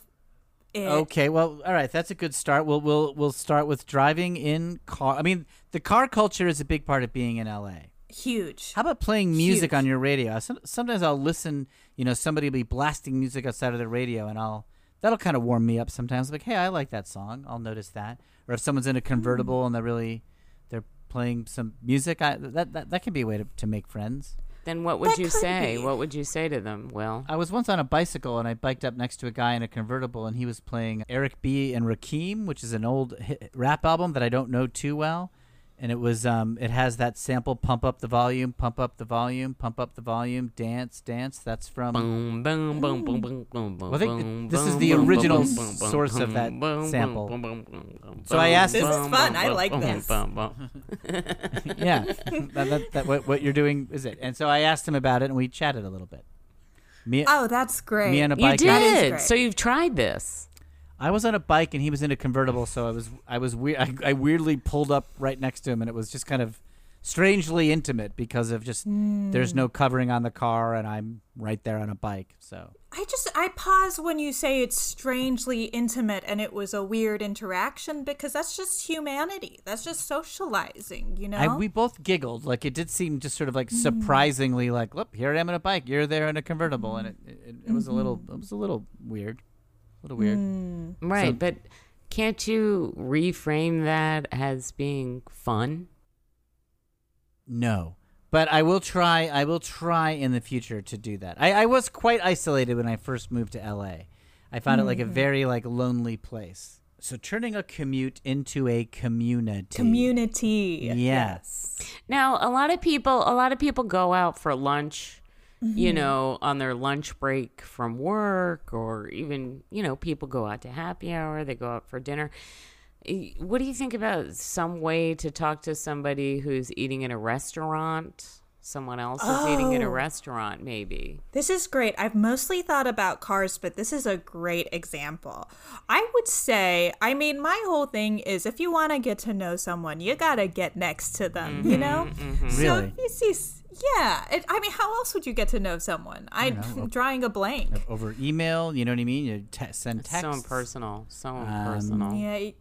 [SPEAKER 4] it.
[SPEAKER 2] Okay. Well, all right. That's a good start. We'll we'll we'll start with driving in car. I mean, the car culture is a big part of being in LA.
[SPEAKER 4] Huge.
[SPEAKER 2] How about playing music
[SPEAKER 4] Huge.
[SPEAKER 2] on your radio? I som- Sometimes I'll listen, you know, somebody will be blasting music outside of the radio, and I'll that'll kind of warm me up sometimes. Like, hey, I like that song. I'll notice that. Or if someone's in a convertible and they're really they're playing some music, I, that, that that can be a way to, to make friends.
[SPEAKER 3] Then what would
[SPEAKER 4] That
[SPEAKER 3] you
[SPEAKER 4] could
[SPEAKER 3] say?
[SPEAKER 4] be.
[SPEAKER 3] What would you say to them? Well,
[SPEAKER 2] I was once on a bicycle and I biked up next to a guy in a convertible, and he was playing Eric B. and Rakim, which is an old hit, rap album that I don't know too well. And it was um, it has that sample pump up the volume, pump up the volume, pump up the volume, dance, dance. That's from
[SPEAKER 3] boom, boom, boom, boom, boom, boom, boom.
[SPEAKER 2] I think it-
[SPEAKER 3] boom,
[SPEAKER 2] this is
[SPEAKER 3] boom,
[SPEAKER 2] the
[SPEAKER 3] boom,
[SPEAKER 2] original
[SPEAKER 3] boom, boom, boom,
[SPEAKER 2] source of
[SPEAKER 3] boom,
[SPEAKER 2] that
[SPEAKER 3] boom, boom,
[SPEAKER 2] sample.
[SPEAKER 3] boom, boom, boom, boom,
[SPEAKER 2] So I
[SPEAKER 3] boom,
[SPEAKER 2] asked-
[SPEAKER 4] This is
[SPEAKER 3] boom,
[SPEAKER 4] fun.
[SPEAKER 3] boom,
[SPEAKER 4] I
[SPEAKER 3] boom,
[SPEAKER 4] like
[SPEAKER 3] boom,
[SPEAKER 4] this.
[SPEAKER 3] boom, boom.
[SPEAKER 2] yeah. that, that, that, what, what you're doing is it. And so I asked him about it, and we chatted a little bit. Me,
[SPEAKER 4] Oh, that's great.
[SPEAKER 2] me on a
[SPEAKER 3] You
[SPEAKER 2] bike. out-
[SPEAKER 4] is
[SPEAKER 3] did.
[SPEAKER 4] great.
[SPEAKER 3] So you've tried this.
[SPEAKER 2] I was on a bike, and he was in a convertible, so I was I was weird. I, I weirdly pulled up right next to him, and it was just kind of strangely intimate because of just there's no covering on the car, and I'm right there on a bike. So
[SPEAKER 4] I just I pause when you say it's strangely intimate and it was a weird interaction because that's just humanity. That's just socializing, you know.
[SPEAKER 2] I, we both giggled. Like it did seem just sort of like surprisingly like, look, here I am on a bike. You're there in a convertible, and it it, it was a little it was a little weird, a little weird.
[SPEAKER 4] Hmm,
[SPEAKER 3] Right,
[SPEAKER 2] So-
[SPEAKER 3] but can't you reframe that as being fun?
[SPEAKER 2] No. But I will try I will try in the future to do that. I, I was quite isolated when I first moved to LA. I found it like a very like lonely place. So turning a commute into a community.
[SPEAKER 4] Community.
[SPEAKER 2] Yes.
[SPEAKER 3] Now, a lot of people, a lot of people go out for lunch,
[SPEAKER 4] Mm-hmm.
[SPEAKER 3] you know, on their lunch break from work or even, you know, people go out to happy hour, they go out for dinner. Eh, What do you think about some way to talk to somebody who's eating in a restaurant? Someone else is eating in a
[SPEAKER 4] Oh.
[SPEAKER 3] restaurant, maybe.
[SPEAKER 4] This is great. I've mostly thought about cars, but this is a great example. I would say, I mean, my whole thing is if you want to get to know someone, you got to get next to them, you know? So
[SPEAKER 2] Really?
[SPEAKER 4] if you see, s- yeah. It, I mean, how else would you get to know someone? I, am drawing a blank.
[SPEAKER 2] Over email, you know what I mean? You te- send
[SPEAKER 3] It's
[SPEAKER 2] text.
[SPEAKER 3] so impersonal. So
[SPEAKER 2] Um,
[SPEAKER 3] impersonal.
[SPEAKER 4] Yeah. y-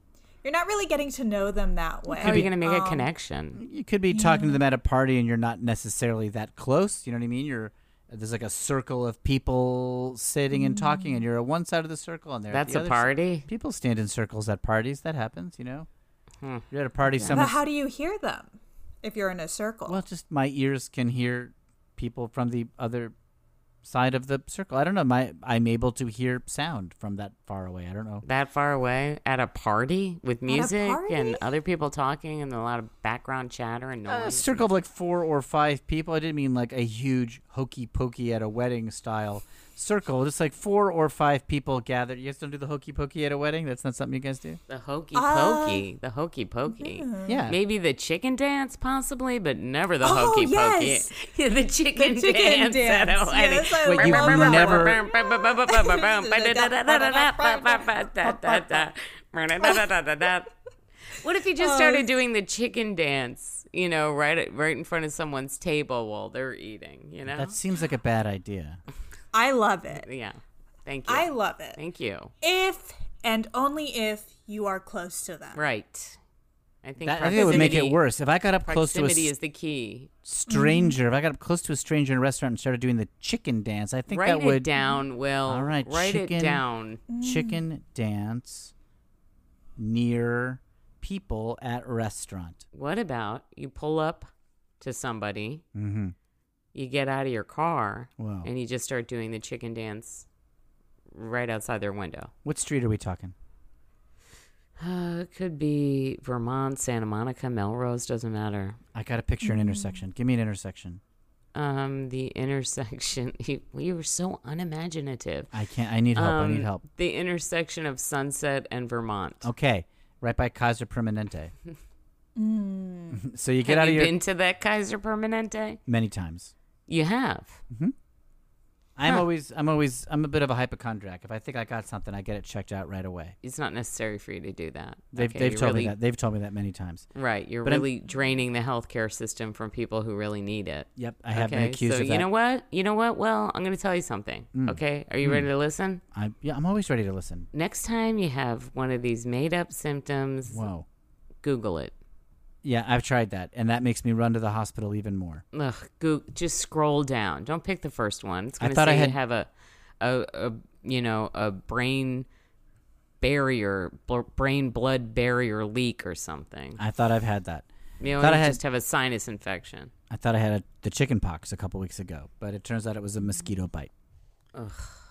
[SPEAKER 4] You're not really getting to know them that way.
[SPEAKER 3] How are Oh. you going to
[SPEAKER 4] um,
[SPEAKER 3] make a connection?
[SPEAKER 2] You could be talking to them at a party and you're not necessarily that close, you know what I mean? You're there's like a circle of people sitting and talking and you're on one side of the circle and they're at
[SPEAKER 3] That's
[SPEAKER 2] the
[SPEAKER 3] a
[SPEAKER 2] other side.
[SPEAKER 3] party.
[SPEAKER 2] People stand in circles at parties. That happens, you know.
[SPEAKER 3] Hmm.
[SPEAKER 2] You're at a party.
[SPEAKER 4] But
[SPEAKER 2] Someone.
[SPEAKER 4] how do you hear them if you're in a circle?
[SPEAKER 2] well, just my ears can hear people from the other side of the circle. I don't know. My I'm able to hear sound from that far away. I don't know.
[SPEAKER 3] that far away at a party with music and
[SPEAKER 4] party? Uh,
[SPEAKER 3] other people talking and a lot of background chatter and
[SPEAKER 2] A
[SPEAKER 3] noise.
[SPEAKER 2] circle of like four or five people. I didn't mean like a huge hokey pokey at a wedding style circle. Just like four or five people gathered. You guys don't do the hokey pokey at a wedding. That's not something you guys do.
[SPEAKER 3] the hokey
[SPEAKER 4] Uh,
[SPEAKER 3] pokey, the hokey pokey.
[SPEAKER 4] Mm.
[SPEAKER 2] Yeah.
[SPEAKER 3] Maybe the chicken dance, possibly, but never the
[SPEAKER 4] Oh,
[SPEAKER 3] hokey
[SPEAKER 4] yes.
[SPEAKER 3] pokey. the chicken,
[SPEAKER 4] The chicken
[SPEAKER 3] dance, at
[SPEAKER 4] dance.
[SPEAKER 3] a wedding.
[SPEAKER 4] Yes, I
[SPEAKER 2] Wait, you've never-
[SPEAKER 3] What if you
[SPEAKER 4] Oh.
[SPEAKER 3] just started doing the chicken dance, you know, right at, right in front of someone's table while they're eating, you know?
[SPEAKER 2] That seems like a bad idea.
[SPEAKER 4] I love it.
[SPEAKER 3] yeah. Thank you.
[SPEAKER 4] I love it.
[SPEAKER 3] Thank you.
[SPEAKER 4] If and only if you are close to them.
[SPEAKER 3] Right. I think
[SPEAKER 2] That, I think it would make it
[SPEAKER 3] proximity-
[SPEAKER 2] worse if I got up close to a
[SPEAKER 3] Proximity
[SPEAKER 2] s-
[SPEAKER 3] is the key.
[SPEAKER 2] stranger. If I got up close to a stranger in a restaurant and started doing the chicken dance, I think
[SPEAKER 3] Write
[SPEAKER 2] that
[SPEAKER 3] it
[SPEAKER 2] would
[SPEAKER 3] down, Will.
[SPEAKER 2] All right,
[SPEAKER 3] Write
[SPEAKER 2] chicken.
[SPEAKER 3] it down. Mm.
[SPEAKER 2] chicken dance near people at restaurant.
[SPEAKER 3] What about you pull up to somebody,
[SPEAKER 2] Mm-hmm.
[SPEAKER 3] you get out of your car,
[SPEAKER 2] Wow.
[SPEAKER 3] and you just start doing the chicken dance right outside their window?
[SPEAKER 2] What street are we talking?
[SPEAKER 3] Uh, it could be Vermont, Santa Monica, Melrose, doesn't matter.
[SPEAKER 2] I got to picture an
[SPEAKER 3] Mm.
[SPEAKER 2] intersection. Give me an intersection.
[SPEAKER 3] Um, the intersection. You, you were so unimaginative.
[SPEAKER 2] I can't. I need help. I need
[SPEAKER 3] Um,
[SPEAKER 2] help.
[SPEAKER 3] The intersection of Sunset and Vermont.
[SPEAKER 2] Okay, right by Kaiser Permanente. so you get
[SPEAKER 3] have
[SPEAKER 2] out of
[SPEAKER 3] you
[SPEAKER 2] your
[SPEAKER 3] been to that Kaiser Permanente?
[SPEAKER 2] many times.
[SPEAKER 3] You have.
[SPEAKER 2] I'm
[SPEAKER 3] Huh.
[SPEAKER 2] always, I'm always, I'm a bit of a hypochondriac. If I think I got something, I get it checked out right away.
[SPEAKER 3] It's not necessary for you to do that.
[SPEAKER 2] They've,
[SPEAKER 3] Okay,
[SPEAKER 2] they've
[SPEAKER 3] you
[SPEAKER 2] told
[SPEAKER 3] really,
[SPEAKER 2] me that. They've told me that many times.
[SPEAKER 3] Right. You're
[SPEAKER 2] But I'm-
[SPEAKER 3] really draining the healthcare system from people who really need it.
[SPEAKER 2] Yep, I have been
[SPEAKER 3] okay.
[SPEAKER 2] accused
[SPEAKER 3] so
[SPEAKER 2] of that. Mm.
[SPEAKER 3] you know what? You know what? Well, I'm going to tell you something. Okay. Are you ready to listen?
[SPEAKER 2] I, yeah, I'm always ready to listen.
[SPEAKER 3] Next time you have one of these made up symptoms,
[SPEAKER 2] Whoa.
[SPEAKER 3] Google it.
[SPEAKER 2] Yeah, I've tried that, and that makes me run to the hospital even more.
[SPEAKER 3] Ugh, go, just scroll down. Don't pick the first one. It's
[SPEAKER 2] I
[SPEAKER 3] going to
[SPEAKER 2] thought I
[SPEAKER 3] say
[SPEAKER 2] had-
[SPEAKER 3] you have a, a, a, you know, a brain barrier, bl- brain blood barrier leak or something.
[SPEAKER 2] I thought I've had that.
[SPEAKER 3] You know,
[SPEAKER 2] thought
[SPEAKER 3] you
[SPEAKER 2] I had-
[SPEAKER 3] just have a sinus infection.
[SPEAKER 2] I thought I had a, the chicken pox a couple weeks ago, but it turns out it was a mosquito bite.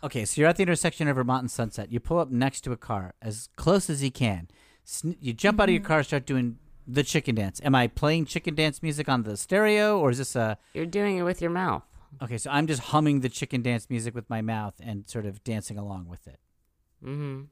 [SPEAKER 2] Okay, so you're at the intersection of Vermont and Sunset. You pull up next to a car as close as you can. Sn- you jump out of your
[SPEAKER 3] Mm-hmm.
[SPEAKER 2] car, start doing the chicken dance. Am I playing chicken dance music on the stereo, or is this a
[SPEAKER 3] You're doing it with your mouth.
[SPEAKER 2] okay? So I'm just humming the chicken dance music with my mouth and sort of dancing along with it.
[SPEAKER 3] Mm-hmm.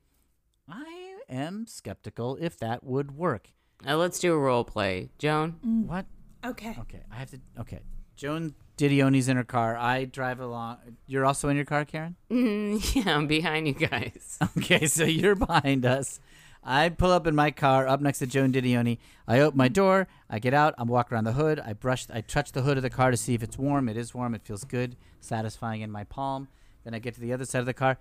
[SPEAKER 2] I am skeptical if that would work.
[SPEAKER 3] Now let's do a role play, Joan.
[SPEAKER 2] What
[SPEAKER 4] Okay.
[SPEAKER 2] Okay, I have to. Okay, Joan Didione's in her car. I drive along. You're also in your car, Karen.
[SPEAKER 3] Mm, yeah, I'm behind you guys.
[SPEAKER 2] Okay, so you're behind us. I pull up in my car, up next to Joan Didione. I open my door. I get out. I walk around the hood. I brush. I touch the hood of the car to see if it's warm. It is warm. It feels good, satisfying in my palm. Then I get to the other side of the car.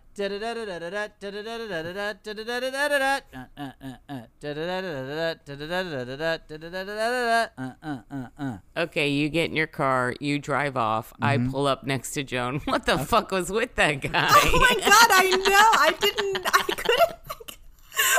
[SPEAKER 3] Okay, you get in your car, you drive off.
[SPEAKER 2] Mm-hmm.
[SPEAKER 3] I pull up next to Joan. What the fuck was with that
[SPEAKER 4] Oh
[SPEAKER 3] guy?
[SPEAKER 4] my god, I know. I didn't. I couldn't.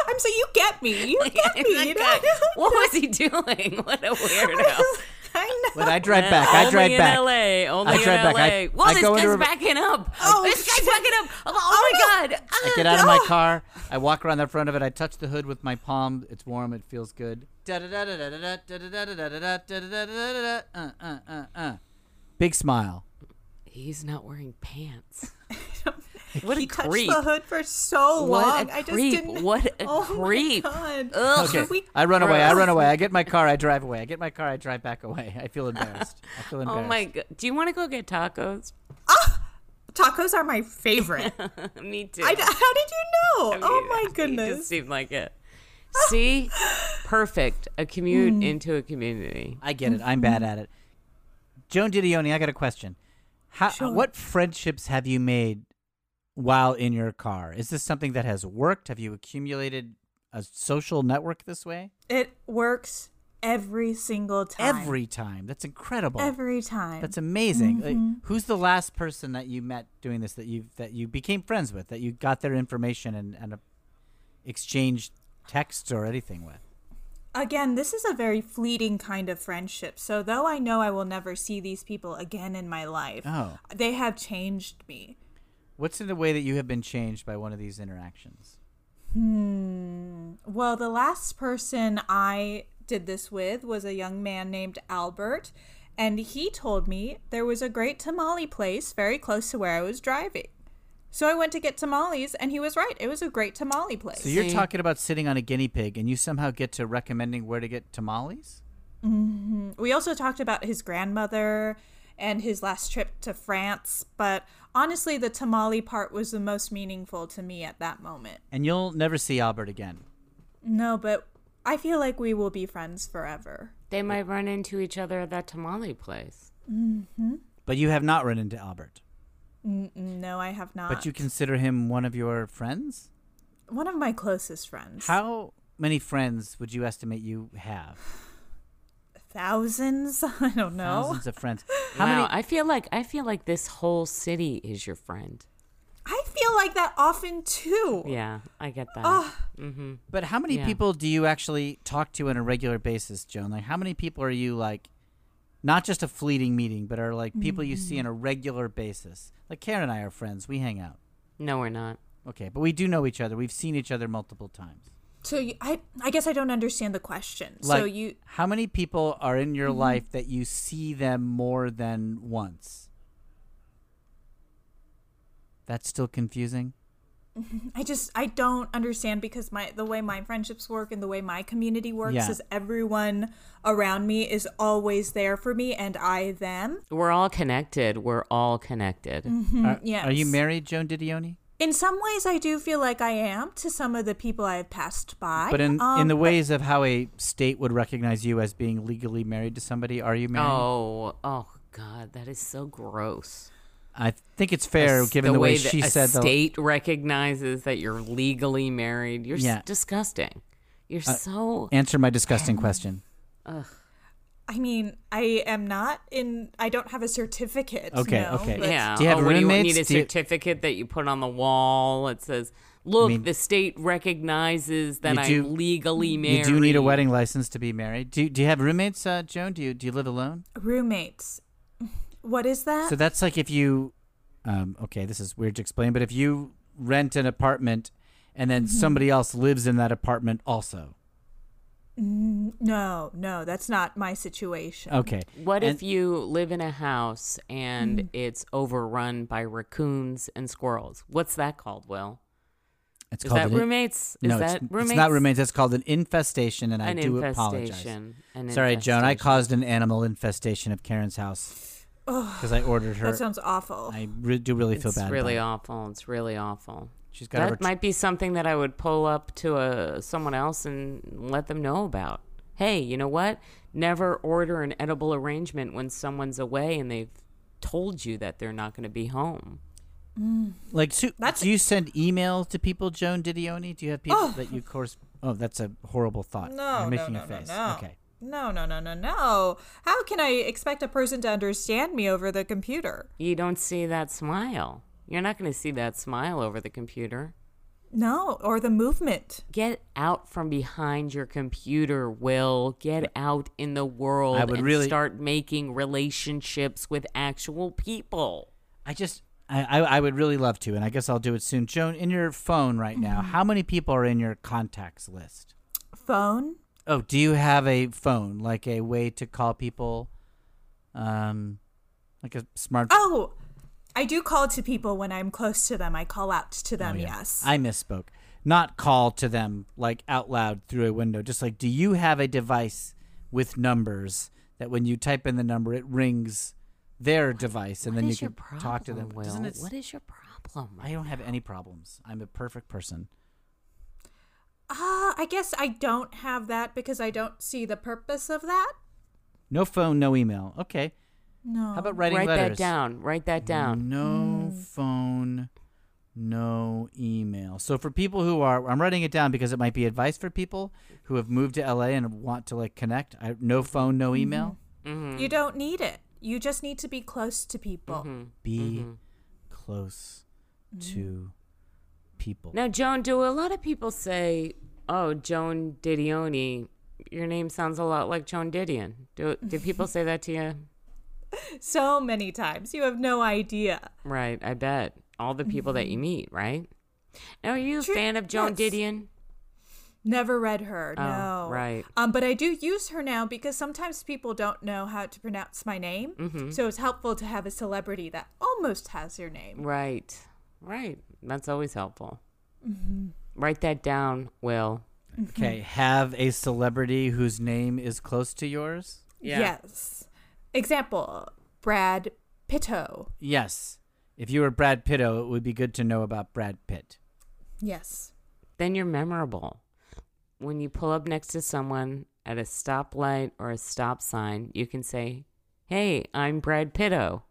[SPEAKER 4] I'm so you get me. You get me. You
[SPEAKER 3] That guy-
[SPEAKER 4] know?
[SPEAKER 3] what was he doing? What a weirdo!
[SPEAKER 4] I know.
[SPEAKER 2] But I drive back. I
[SPEAKER 3] only
[SPEAKER 2] drive
[SPEAKER 3] in
[SPEAKER 2] back.
[SPEAKER 3] LA. Only
[SPEAKER 2] I
[SPEAKER 3] in
[SPEAKER 2] drive
[SPEAKER 3] LA.
[SPEAKER 2] back. I-
[SPEAKER 3] Whoa,
[SPEAKER 2] I
[SPEAKER 3] this
[SPEAKER 2] go into
[SPEAKER 3] guy's
[SPEAKER 2] a-
[SPEAKER 3] backing up.
[SPEAKER 4] Oh,
[SPEAKER 3] this guy's
[SPEAKER 4] shit.
[SPEAKER 3] backing up. Oh, oh my god!
[SPEAKER 2] I get out of my car. I walk around the front of it. I touch the hood with my palm. It's warm. It feels good. Uh, uh, uh, uh. Big smile.
[SPEAKER 3] He's not wearing pants.
[SPEAKER 4] What he touched
[SPEAKER 3] creep.
[SPEAKER 4] the hood for so
[SPEAKER 3] What a
[SPEAKER 4] long. I just
[SPEAKER 3] creep.
[SPEAKER 4] didn't.
[SPEAKER 3] What a
[SPEAKER 4] oh
[SPEAKER 3] creep.
[SPEAKER 4] My god.
[SPEAKER 3] Ugh.
[SPEAKER 2] Okay.
[SPEAKER 4] We-
[SPEAKER 2] I run away. I run away. I get my car. I drive away. I get my car. I drive back away. I feel embarrassed. I feel
[SPEAKER 3] Oh
[SPEAKER 2] embarrassed.
[SPEAKER 3] my god! Do you want to go get tacos?
[SPEAKER 4] Tacos are my favorite.
[SPEAKER 3] Me too.
[SPEAKER 4] I d how did you know? oh my
[SPEAKER 3] It
[SPEAKER 4] goodness.
[SPEAKER 3] just seemed like it. See, perfect. A commute
[SPEAKER 4] Hmm.
[SPEAKER 3] into a community.
[SPEAKER 2] I get it. I'm bad at it. Joan Didione, I got a question. How, What friendships have you made while in your car? Is this something that has worked? Have you accumulated a social network this way?
[SPEAKER 4] It works every single time.
[SPEAKER 2] Every time. That's incredible.
[SPEAKER 4] Every time. Mm-hmm.
[SPEAKER 2] That's amazing. Like, who's the last person that you met doing this that you that you became friends with that you got their information and and uh, exchanged texts or anything with?
[SPEAKER 4] again, this is a very fleeting kind of friendship. So, though I know I will never see these people again in my life,
[SPEAKER 2] Oh.
[SPEAKER 4] they have changed me.
[SPEAKER 2] What's in the way that you have been changed by one of these interactions?
[SPEAKER 4] Well, the last person I did this with was a young man named Albert, and he told me there was a great tamale place very close to where I was driving. So I went to get tamales, and he was right. It was a great tamale place.
[SPEAKER 2] So you're
[SPEAKER 3] See?
[SPEAKER 2] talking about sitting on a guinea pig, and you somehow get to recommending where to get tamales.
[SPEAKER 4] We also talked about his grandmother and his last trip to France, but honestly, the tamale part was the most meaningful to me at that moment.
[SPEAKER 2] And you'll never see Albert again.
[SPEAKER 4] No, but I feel like we will be friends forever.
[SPEAKER 3] They might run into each other at that tamale place.
[SPEAKER 2] But you have not run into Albert.
[SPEAKER 4] No, I have not.
[SPEAKER 2] But you consider him one of your friends?
[SPEAKER 4] one of my closest friends.
[SPEAKER 2] How many friends would you estimate you have?
[SPEAKER 4] Thousands? I don't know.
[SPEAKER 2] Thousands of friends. How
[SPEAKER 3] wow,
[SPEAKER 2] many?
[SPEAKER 3] I feel like I feel like this whole city is your friend.
[SPEAKER 4] I feel like that often too.
[SPEAKER 3] Yeah, I get that.
[SPEAKER 4] Ah.
[SPEAKER 3] mm-hmm.
[SPEAKER 2] But how many
[SPEAKER 3] Yeah.
[SPEAKER 2] people do you actually talk to on a regular basis, Joan? Like, how many people are you like, not just a fleeting meeting, but are like people you
[SPEAKER 4] Mm-hmm.
[SPEAKER 2] see on a regular basis? Like Karen and I are friends. We hang out.
[SPEAKER 3] No, we're not.
[SPEAKER 2] Okay, but we do know each other. We've seen each other multiple times.
[SPEAKER 4] So you, I, I guess I don't understand the question.
[SPEAKER 2] Like,
[SPEAKER 4] so you, Mm-hmm.
[SPEAKER 2] how many people are in your life that you see them more than once? That's still confusing.
[SPEAKER 4] I just, I don't understand because my the way my friendships work and the way my community works
[SPEAKER 2] Yeah.
[SPEAKER 4] is everyone around me is always there for me and I them.
[SPEAKER 3] We're all connected. We're all connected.
[SPEAKER 2] Are, are you
[SPEAKER 4] Mm-hmm. yes.
[SPEAKER 2] married, Joan Didioni?
[SPEAKER 4] In some ways, I do feel like I am to some of the people I have passed by.
[SPEAKER 2] But in in
[SPEAKER 4] Um,
[SPEAKER 2] the ways of how a state would recognize you as being legally married to somebody, are you married?
[SPEAKER 3] Oh, oh God, that is so gross.
[SPEAKER 2] I think it's fair,
[SPEAKER 3] That's
[SPEAKER 2] given the, way,
[SPEAKER 3] that
[SPEAKER 2] she
[SPEAKER 3] a
[SPEAKER 2] said the.
[SPEAKER 3] state recognizes that you're legally married. You're s-
[SPEAKER 2] Yeah. Uh,
[SPEAKER 3] disgusting. You're so
[SPEAKER 2] Answer my disgusting question.
[SPEAKER 4] I mean, I am not in. I don't have a certificate.
[SPEAKER 2] Okay,
[SPEAKER 4] no,
[SPEAKER 2] okay.
[SPEAKER 4] but-
[SPEAKER 3] yeah.
[SPEAKER 2] Do you have
[SPEAKER 3] oh, what, do you
[SPEAKER 2] roommates?
[SPEAKER 3] need a
[SPEAKER 2] Do you-
[SPEAKER 3] certificate that you put on the wall that says, "Look, the state recognizes that
[SPEAKER 2] You do-
[SPEAKER 3] I'm legally
[SPEAKER 2] You
[SPEAKER 3] married."
[SPEAKER 2] do need a wedding license to be married. Do Do you have roommates, uh, Joan? Do you Do you live alone?
[SPEAKER 4] Roommates. What is that?
[SPEAKER 3] Uh,
[SPEAKER 2] So that's like if you, um, okay, this is weird to explain, but if you rent an apartment and then
[SPEAKER 3] Mm-hmm.
[SPEAKER 2] somebody else lives in that apartment also.
[SPEAKER 4] no, no, that's not my situation.
[SPEAKER 2] Okay.
[SPEAKER 3] What
[SPEAKER 2] And- Mm.
[SPEAKER 3] if you live in a house and it's overrun by raccoons and squirrels? What's that called, Will?
[SPEAKER 2] It's
[SPEAKER 3] Is that
[SPEAKER 2] an-
[SPEAKER 3] roommates?
[SPEAKER 2] No,
[SPEAKER 3] is
[SPEAKER 2] it's,
[SPEAKER 3] that
[SPEAKER 2] it's
[SPEAKER 3] roommates?
[SPEAKER 2] not roommates. That's called an infestation, and I
[SPEAKER 3] An
[SPEAKER 2] do apologize.
[SPEAKER 3] infestation. An
[SPEAKER 2] Sorry, Joan. I
[SPEAKER 3] infestation.
[SPEAKER 2] caused an animal infestation of Karen's house because I ordered her.
[SPEAKER 4] That sounds awful.
[SPEAKER 2] I re- do really feel
[SPEAKER 3] It's
[SPEAKER 2] bad.
[SPEAKER 3] really
[SPEAKER 2] about it.
[SPEAKER 3] awful. It's really awful.
[SPEAKER 2] She's got
[SPEAKER 3] That
[SPEAKER 2] to ret-
[SPEAKER 3] might be something that I would pull up to a someone else and let them know about. Hey, you know what? Never order an edible arrangement when someone's away and they've told you that they're not going to be home.
[SPEAKER 2] like. So,
[SPEAKER 4] That's-
[SPEAKER 2] do you send email to people, Joan Didioni? Do you have people that you course? Oh, that's a horrible thought.
[SPEAKER 4] no,
[SPEAKER 2] You're making
[SPEAKER 4] no,
[SPEAKER 2] a
[SPEAKER 4] no,
[SPEAKER 2] face.
[SPEAKER 4] no, no.
[SPEAKER 2] Okay.
[SPEAKER 4] No, no, no, no, no. How can I expect a person to understand me over the computer?
[SPEAKER 3] You don't see that smile. You're not going to see that smile over the computer.
[SPEAKER 4] No, or the movement.
[SPEAKER 3] Get out from behind your computer, Will. Get out in the world
[SPEAKER 2] I would
[SPEAKER 3] and
[SPEAKER 2] really-
[SPEAKER 3] start making relationships with actual people.
[SPEAKER 2] I just I, I I would really love to, and I guess I'll do it soon. Joan, in your phone right now,
[SPEAKER 4] Mm-hmm.
[SPEAKER 2] how many people are in your contacts list?
[SPEAKER 4] Phone?
[SPEAKER 2] Oh, do you have a phone, like a way to call people, um, like a smart?
[SPEAKER 4] Oh, I do call to people when I'm close to them. I call out to them, yes.
[SPEAKER 2] Oh, I misspoke. Not call to them like out loud through a window. Just like, do you have a device with numbers that when you type in the number, it rings their device, and
[SPEAKER 3] What
[SPEAKER 2] then you
[SPEAKER 3] is
[SPEAKER 2] can
[SPEAKER 3] your problem,
[SPEAKER 2] talk to them?
[SPEAKER 3] Will?
[SPEAKER 2] Doesn't it?
[SPEAKER 3] What is your problem?
[SPEAKER 2] I don't have any problems. I'm a perfect person.
[SPEAKER 4] Uh, I guess I don't have that because I don't see the purpose of that.
[SPEAKER 2] No phone, no email. Okay.
[SPEAKER 4] No.
[SPEAKER 2] How about writing
[SPEAKER 3] Write
[SPEAKER 2] letters?
[SPEAKER 3] that down. Write that down.
[SPEAKER 2] No phone, no email. So for people who are, I'm writing it down because it might be advice for people who have moved to LA and want to like connect. I, no phone, no email.
[SPEAKER 4] You don't need it. You just need to be close to people.
[SPEAKER 2] Be
[SPEAKER 3] Mm-hmm.
[SPEAKER 2] close to people.
[SPEAKER 3] Now, Joan, do a lot of people say, "Oh, Joan Didioni your name sounds a lot like Joan Didion. Do, did people say that to you?
[SPEAKER 4] so many times. You have no idea.
[SPEAKER 3] Right, I bet. All the people that
[SPEAKER 2] Mm-hmm.
[SPEAKER 3] you meet, right? Now, are you a
[SPEAKER 4] True,
[SPEAKER 3] fan of Joan
[SPEAKER 4] yes.
[SPEAKER 3] Didion?
[SPEAKER 4] Never read her.
[SPEAKER 3] Oh,
[SPEAKER 4] no.
[SPEAKER 3] right.
[SPEAKER 4] Um, but I do use her now because sometimes people don't know how to pronounce my name.
[SPEAKER 3] Mm-hmm.
[SPEAKER 4] So it's helpful to have a celebrity that almost has your name.
[SPEAKER 3] Right, right. That's always helpful. Write that down, Will.
[SPEAKER 2] Okay, have a celebrity whose name is close to yours?
[SPEAKER 4] Yes. Example: Brad Pitto.
[SPEAKER 2] Yes. If you were Brad Pitto, it would be good to know about Brad Pitt.
[SPEAKER 4] Yes.
[SPEAKER 3] Then you're memorable. When you pull up next to someone at a stoplight or a stop sign, you can say, Hey, I'm Brad Pitto.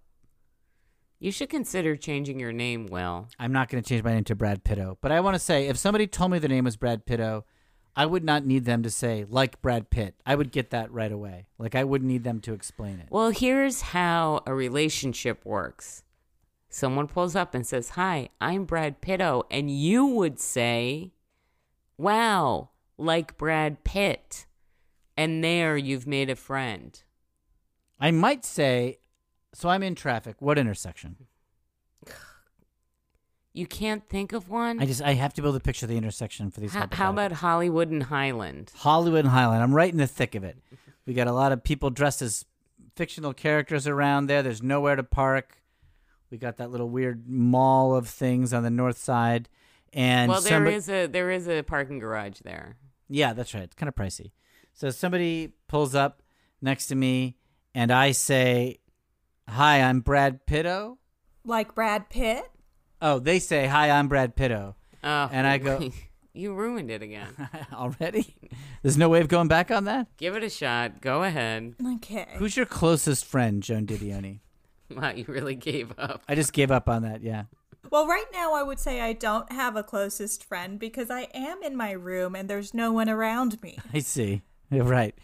[SPEAKER 3] You should consider changing your name, Will.
[SPEAKER 2] I'm not going to change my name to Brad Pitto, but I want to say if somebody told me the name was Brad Pitto, I would not need them to say like Brad Pitt. I would get that right away. Like I wouldn't need them to explain it.
[SPEAKER 3] Well, here's how a relationship works. Someone pulls up and says, Hi, I'm Brad Pitto. And you would say, Wow, like Brad Pitt. And there you've made a friend.
[SPEAKER 2] I might say, so I'm in traffic. What intersection?
[SPEAKER 3] You can't think of one?
[SPEAKER 2] I just I have to build a picture of the intersection for these.
[SPEAKER 3] Ho- how
[SPEAKER 2] hypotheticals.
[SPEAKER 3] about Hollywood and Highland?
[SPEAKER 2] Hollywood and Highland? I'm right in the thick of it. We got a lot of people dressed as fictional characters around there. There's nowhere to park. We got that little weird mall of things on the north side, and
[SPEAKER 3] well, there
[SPEAKER 2] somebo-
[SPEAKER 3] is a there is a parking garage there.
[SPEAKER 2] Yeah, that's right. It's kind of pricey. So somebody pulls up next to me, and I say, "Hi, I'm Brad Pitto."
[SPEAKER 4] Like Brad Pitt.
[SPEAKER 2] Oh, they say, "Hi, I'm Brad Pitto."
[SPEAKER 3] Oh,
[SPEAKER 2] And I go-
[SPEAKER 3] you ruined it again.
[SPEAKER 2] Already? There's no way of going back on that.
[SPEAKER 3] Give it a shot. Go ahead.
[SPEAKER 4] Okay.
[SPEAKER 2] Who's your closest friend, Joan Didioni?
[SPEAKER 3] Wow, you really gave up.
[SPEAKER 2] I just gave up on that. Yeah.
[SPEAKER 4] Well, right now I would say I don't have a closest friend because I am in my room and there's no one around me.
[SPEAKER 2] I see. Yeah, right.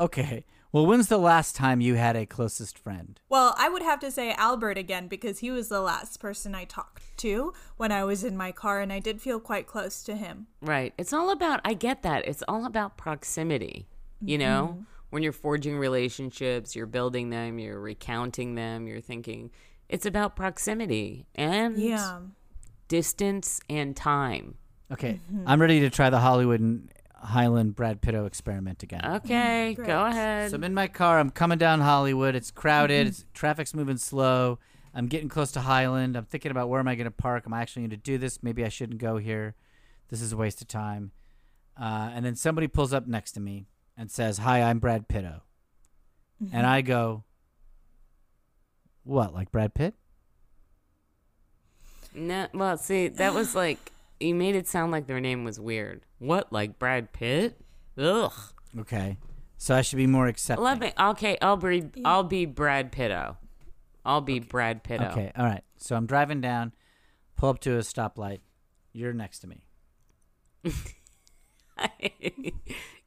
[SPEAKER 2] Okay. Well, when's the last time you had a closest friend?
[SPEAKER 4] Well, I would have to say Albert again because he was the last person I talked to when I was in my car and I did feel quite close to him.
[SPEAKER 3] Right. It's all about, I get that. It's all about proximity. You know, when you're forging relationships, you're building them, you're recounting them, you're thinking, it's about proximity and
[SPEAKER 4] Yeah.
[SPEAKER 3] distance and time.
[SPEAKER 2] Okay. I'm ready to try the Hollywood and Highland Brad Pitto experiment again.
[SPEAKER 3] Okay, go ahead.
[SPEAKER 2] So I'm in my car. I'm coming down Hollywood. It's
[SPEAKER 3] Mm-hmm.
[SPEAKER 2] crowded. It's, traffic's moving slow. I'm getting close to Highland. I'm thinking about where am I going to park? Am I actually going to do this? Maybe I shouldn't go here. This is a waste of time. Uh, and then somebody pulls up next to me and says, "Hi, I'm Brad Pitto,"
[SPEAKER 3] Mm-hmm.
[SPEAKER 2] and I go, "What? Like Brad Pitt?"
[SPEAKER 3] No, well, see, that was like you made it sound like their name was weird. What, like Brad Pitt? Ugh,
[SPEAKER 2] Okay, so I should be more accepting.
[SPEAKER 3] love it. Okay, I'll be I'll be Brad Pitto. I'll be Brad Pitto.
[SPEAKER 2] Okay, all right. So I'm driving down, pull up to a stoplight. You're next to me.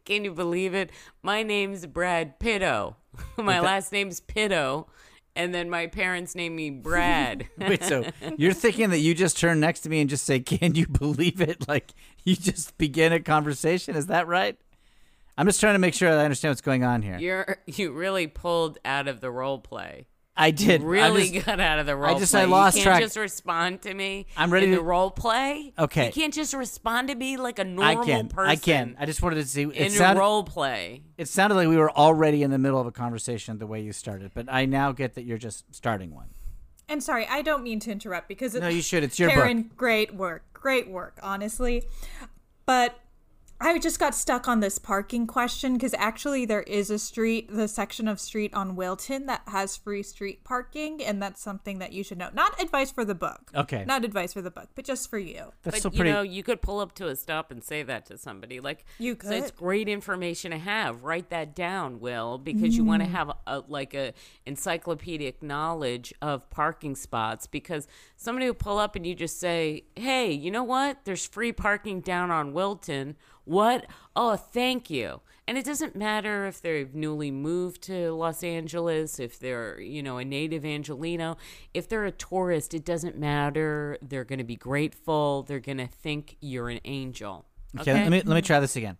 [SPEAKER 3] Can you believe it? My name's Brad Pitto. My last name's Pitto, and then my parents named me Brad.
[SPEAKER 2] Wait, so you're thinking that you just turn next to me and just say, "Can you believe it?" Like you just begin a conversation. Is that right? I'm just trying to make sure that I understand what's going on here.
[SPEAKER 3] You're you really pulled out of the role play.
[SPEAKER 2] I did I'm
[SPEAKER 3] Really
[SPEAKER 2] just-
[SPEAKER 3] got out of the role
[SPEAKER 2] just-
[SPEAKER 3] play.
[SPEAKER 2] I lost
[SPEAKER 3] you can't
[SPEAKER 2] track.
[SPEAKER 3] just respond to me.
[SPEAKER 2] I'm ready
[SPEAKER 3] in the
[SPEAKER 2] to-
[SPEAKER 3] role play.
[SPEAKER 2] Okay.
[SPEAKER 3] You can't just respond to me like a
[SPEAKER 2] I
[SPEAKER 3] normal
[SPEAKER 2] can.
[SPEAKER 3] person.
[SPEAKER 2] I can. I just wanted to see. It
[SPEAKER 3] in
[SPEAKER 2] sounded.
[SPEAKER 3] role play.
[SPEAKER 2] it sounded like we were already in the middle of a conversation the way you started, but I now get that you're just starting one.
[SPEAKER 4] And sorry, I don't mean to interrupt because it's
[SPEAKER 2] No, you should. It's your
[SPEAKER 4] Karen,
[SPEAKER 2] book.
[SPEAKER 4] great work, great work, honestly. But I just got stuck on this parking question because actually there is a street, the section of street on Wilton that has free street parking, and that's something that you should know. Not advice for the book,
[SPEAKER 2] Okay.
[SPEAKER 4] Not advice for the book, but just for you.
[SPEAKER 2] That's
[SPEAKER 3] But
[SPEAKER 2] so
[SPEAKER 3] you
[SPEAKER 2] pretty.
[SPEAKER 3] know, you could pull up to a stop and say that to somebody. Like
[SPEAKER 4] You
[SPEAKER 3] So it's
[SPEAKER 4] could.
[SPEAKER 3] great information to have. Write that down, Will, because you
[SPEAKER 4] Mm.
[SPEAKER 3] want to have a, like a encyclopedic knowledge of parking spots. Because somebody will pull up and you just say, "Hey, you know what? There's free parking down on Wilton. What? Oh, thank you." And it doesn't matter if they've newly moved to Los Angeles, if they're, you know, a native Angelino, if they're a tourist, it doesn't matter. They're going to be grateful. They're going to think you're an angel.
[SPEAKER 2] Okay, let me let me try this again.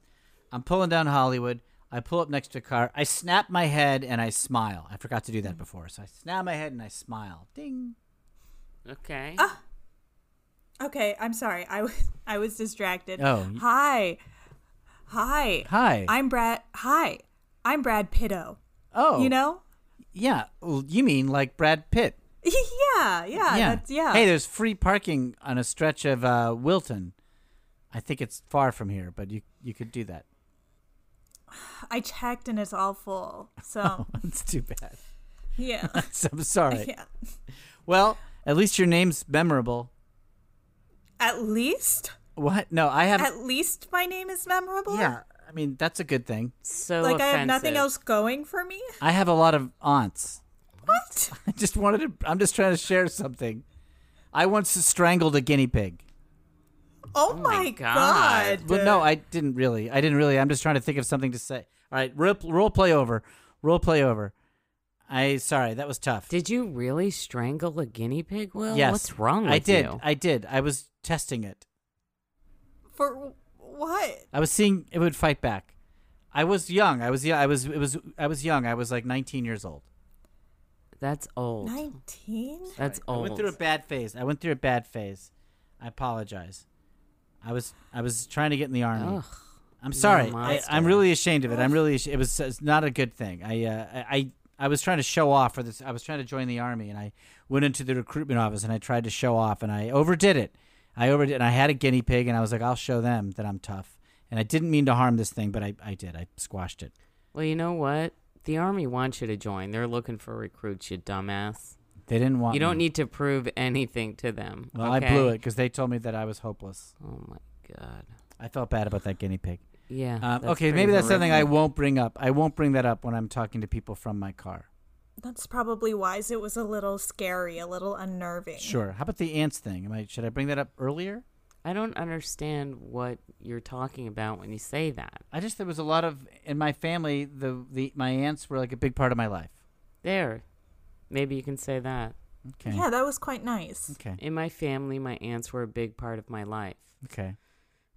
[SPEAKER 2] I'm pulling down Hollywood. I pull up next to a car. I snap my head and I smile. I forgot to do
[SPEAKER 3] Mm.
[SPEAKER 2] that before. So I snap my head and I smile. Ding.
[SPEAKER 4] Oh,
[SPEAKER 3] Okay.
[SPEAKER 4] Okay, I'm sorry. I was I was distracted.
[SPEAKER 2] Oh, y-
[SPEAKER 4] hi, hi,
[SPEAKER 2] Hi.
[SPEAKER 4] I'm Brad. Hi, I'm Brad Pitto.
[SPEAKER 2] oh,
[SPEAKER 4] You know?
[SPEAKER 2] Yeah. Well, you mean like Brad Pitt?
[SPEAKER 4] yeah, yeah, That's, yeah.
[SPEAKER 2] Hey, there's free parking on a stretch of uh, Wilton. I think it's far from here, but you you could do that.
[SPEAKER 4] I checked and it's all full. So
[SPEAKER 2] That's too bad.
[SPEAKER 4] yeah,
[SPEAKER 2] So I'm sorry.
[SPEAKER 4] yeah.
[SPEAKER 2] Well, at least your name's memorable.
[SPEAKER 4] At least,
[SPEAKER 2] What? No, I have.
[SPEAKER 4] at least my name is memorable.
[SPEAKER 2] Um, yeah. I mean, that's a good thing.
[SPEAKER 3] so
[SPEAKER 4] Like I
[SPEAKER 3] offensive.
[SPEAKER 4] have nothing else going for me.
[SPEAKER 2] I have a lot of aunts.
[SPEAKER 4] What?
[SPEAKER 2] I just wanted to. I'm just trying to share something. I once strangled a guinea pig.
[SPEAKER 4] Oh, my,
[SPEAKER 3] God.
[SPEAKER 4] god.
[SPEAKER 2] But no, I didn't really. I didn't really. I'm just trying to think of something to say. All right, role, role play over. Role play over. I sorry, that was tough.
[SPEAKER 3] Did you really strangle a guinea pig, Will?
[SPEAKER 2] yes,
[SPEAKER 3] What's wrong with
[SPEAKER 2] I did.
[SPEAKER 3] you?
[SPEAKER 2] I did. I was testing it.
[SPEAKER 4] for what?
[SPEAKER 2] I was seeing it would fight back. I was young. I was yeah. I was it was I was young. I was like 19 years old.
[SPEAKER 3] That's old.
[SPEAKER 4] Nineteen?
[SPEAKER 3] That's
[SPEAKER 2] I
[SPEAKER 3] old.
[SPEAKER 2] went through a bad phase. I went through a bad phase. I apologize. I was I was trying to get in the army.
[SPEAKER 3] Ugh.
[SPEAKER 2] I'm sorry. I,
[SPEAKER 3] monster.
[SPEAKER 2] I'm really ashamed of it. I'm really. ash- It was. It's not a good thing. I. Uh, I. I- I was trying to show off for this. I was trying to join the army, and I went into the recruitment office and I tried to show off, and I overdid it. I overdid. And I had a guinea pig, and I was like, "I'll show them that I'm tough." And I didn't mean to harm this thing, but I, I did. I squashed it.
[SPEAKER 3] Well, you know what? The army wants you to join. They're looking for recruits, you dumbass.
[SPEAKER 2] They didn't want.
[SPEAKER 3] You don't
[SPEAKER 2] me.
[SPEAKER 3] need to prove anything to them.
[SPEAKER 2] Uh-uh. Well, I
[SPEAKER 3] okay?
[SPEAKER 2] blew it because they told me that I was hopeless.
[SPEAKER 3] Oh my god.
[SPEAKER 2] I felt bad about that guinea pig.
[SPEAKER 3] Yeah.
[SPEAKER 2] Um,
[SPEAKER 3] that's
[SPEAKER 2] okay,
[SPEAKER 3] pretty
[SPEAKER 2] maybe that's something I
[SPEAKER 3] horrific.
[SPEAKER 2] won't bring up. I won't bring that up when I'm talking to people from my car.
[SPEAKER 4] That's probably wise. It was a little scary, a little unnerving.
[SPEAKER 2] Sure. How about the ants thing? Am I should I bring that up earlier?
[SPEAKER 3] I don't understand what you're talking about when you say that.
[SPEAKER 2] I just there was a lot of in my family the the my aunts were like a big part of my life.
[SPEAKER 3] There. Maybe you can say that.
[SPEAKER 2] Okay.
[SPEAKER 4] Yeah, that was quite nice.
[SPEAKER 2] Okay.
[SPEAKER 3] In my family, my aunts were a big part of my life.
[SPEAKER 2] Okay.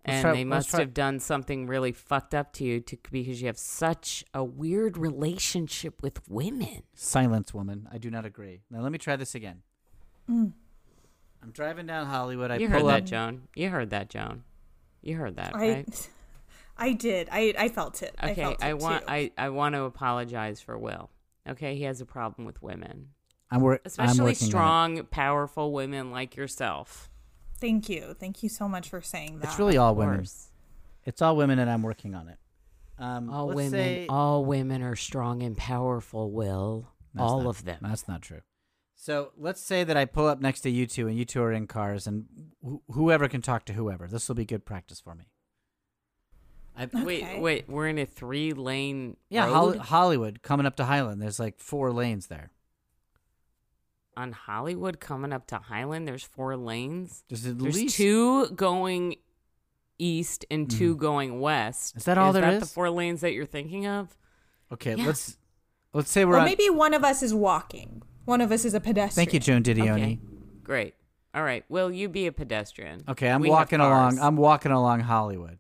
[SPEAKER 2] Let's
[SPEAKER 3] And
[SPEAKER 2] try-
[SPEAKER 3] they
[SPEAKER 2] let's
[SPEAKER 3] must
[SPEAKER 2] try-
[SPEAKER 3] have done something really fucked up to you to, because you have such a weird relationship with women.
[SPEAKER 2] Silence, woman. I do not agree. Now let me try this again.
[SPEAKER 4] Mm,
[SPEAKER 2] I'm driving down Hollywood. I
[SPEAKER 3] you
[SPEAKER 2] pull
[SPEAKER 3] heard
[SPEAKER 2] up.
[SPEAKER 3] that, Joan. You heard that, Joan. You heard that,
[SPEAKER 4] I,
[SPEAKER 3] right?
[SPEAKER 4] I did. I, I felt it. I
[SPEAKER 3] Okay,
[SPEAKER 4] felt it
[SPEAKER 3] I, want
[SPEAKER 4] too.
[SPEAKER 3] I, I want to apologize for Will. Okay, he has a problem with women,
[SPEAKER 2] I'm, wor- I'm
[SPEAKER 3] especially
[SPEAKER 2] working on
[SPEAKER 3] strong, powerful women like yourself.
[SPEAKER 4] Thank you. Thank you so much for saying
[SPEAKER 2] it.
[SPEAKER 4] that.
[SPEAKER 2] It's really all women.
[SPEAKER 3] Worse.
[SPEAKER 2] It's all women, and I'm working on it. Um,
[SPEAKER 3] All
[SPEAKER 2] let's
[SPEAKER 3] women,
[SPEAKER 2] say-
[SPEAKER 3] all women are strong and powerful. Will
[SPEAKER 2] That's
[SPEAKER 3] all
[SPEAKER 2] not-
[SPEAKER 3] of them?
[SPEAKER 2] That's not true. So let's say that I pull up next to you two and you two are in cars and wh- whoever can talk to whoever. This will be good practice for me. I,
[SPEAKER 4] Okay.
[SPEAKER 3] Wait, wait, we're in a three-lane
[SPEAKER 2] yeah,
[SPEAKER 3] road
[SPEAKER 2] Hol- Hollywood coming up to Highland. There's like four lanes there.
[SPEAKER 3] on Hollywood coming up to Highland. There's four lanes.
[SPEAKER 2] There's at
[SPEAKER 3] There's
[SPEAKER 2] least
[SPEAKER 3] two going east and two going west.
[SPEAKER 2] Mm. Is that all there
[SPEAKER 3] that The
[SPEAKER 2] is?
[SPEAKER 3] four lanes that you're thinking of.
[SPEAKER 2] Okay,
[SPEAKER 3] Yeah.
[SPEAKER 2] let's let's say we're
[SPEAKER 4] Or
[SPEAKER 2] on.
[SPEAKER 4] maybe one of us is walking. One of us is a pedestrian.
[SPEAKER 2] Thank you, Joan Didioni.
[SPEAKER 3] Okay. Great. All right. Will you be a pedestrian?
[SPEAKER 2] Okay, I'm
[SPEAKER 3] We have
[SPEAKER 2] walking along.
[SPEAKER 3] cars.
[SPEAKER 2] I'm walking along Hollywood.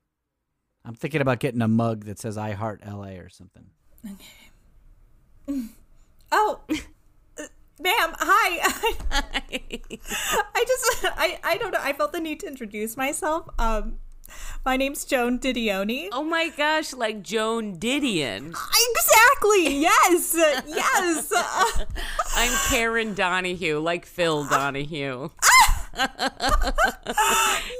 [SPEAKER 2] I'm thinking about getting a mug that says "I Heart L.A." or something.
[SPEAKER 4] Oh, uh, ma'am. Hi. I just I I don't know. I felt the need to introduce myself. Um, my name's Joan Didioni.
[SPEAKER 3] oh my gosh, like Joan Didion.
[SPEAKER 4] Exactly. Yes. yes. Uh,
[SPEAKER 3] I'm Karen Donahue, like Phil Donahue.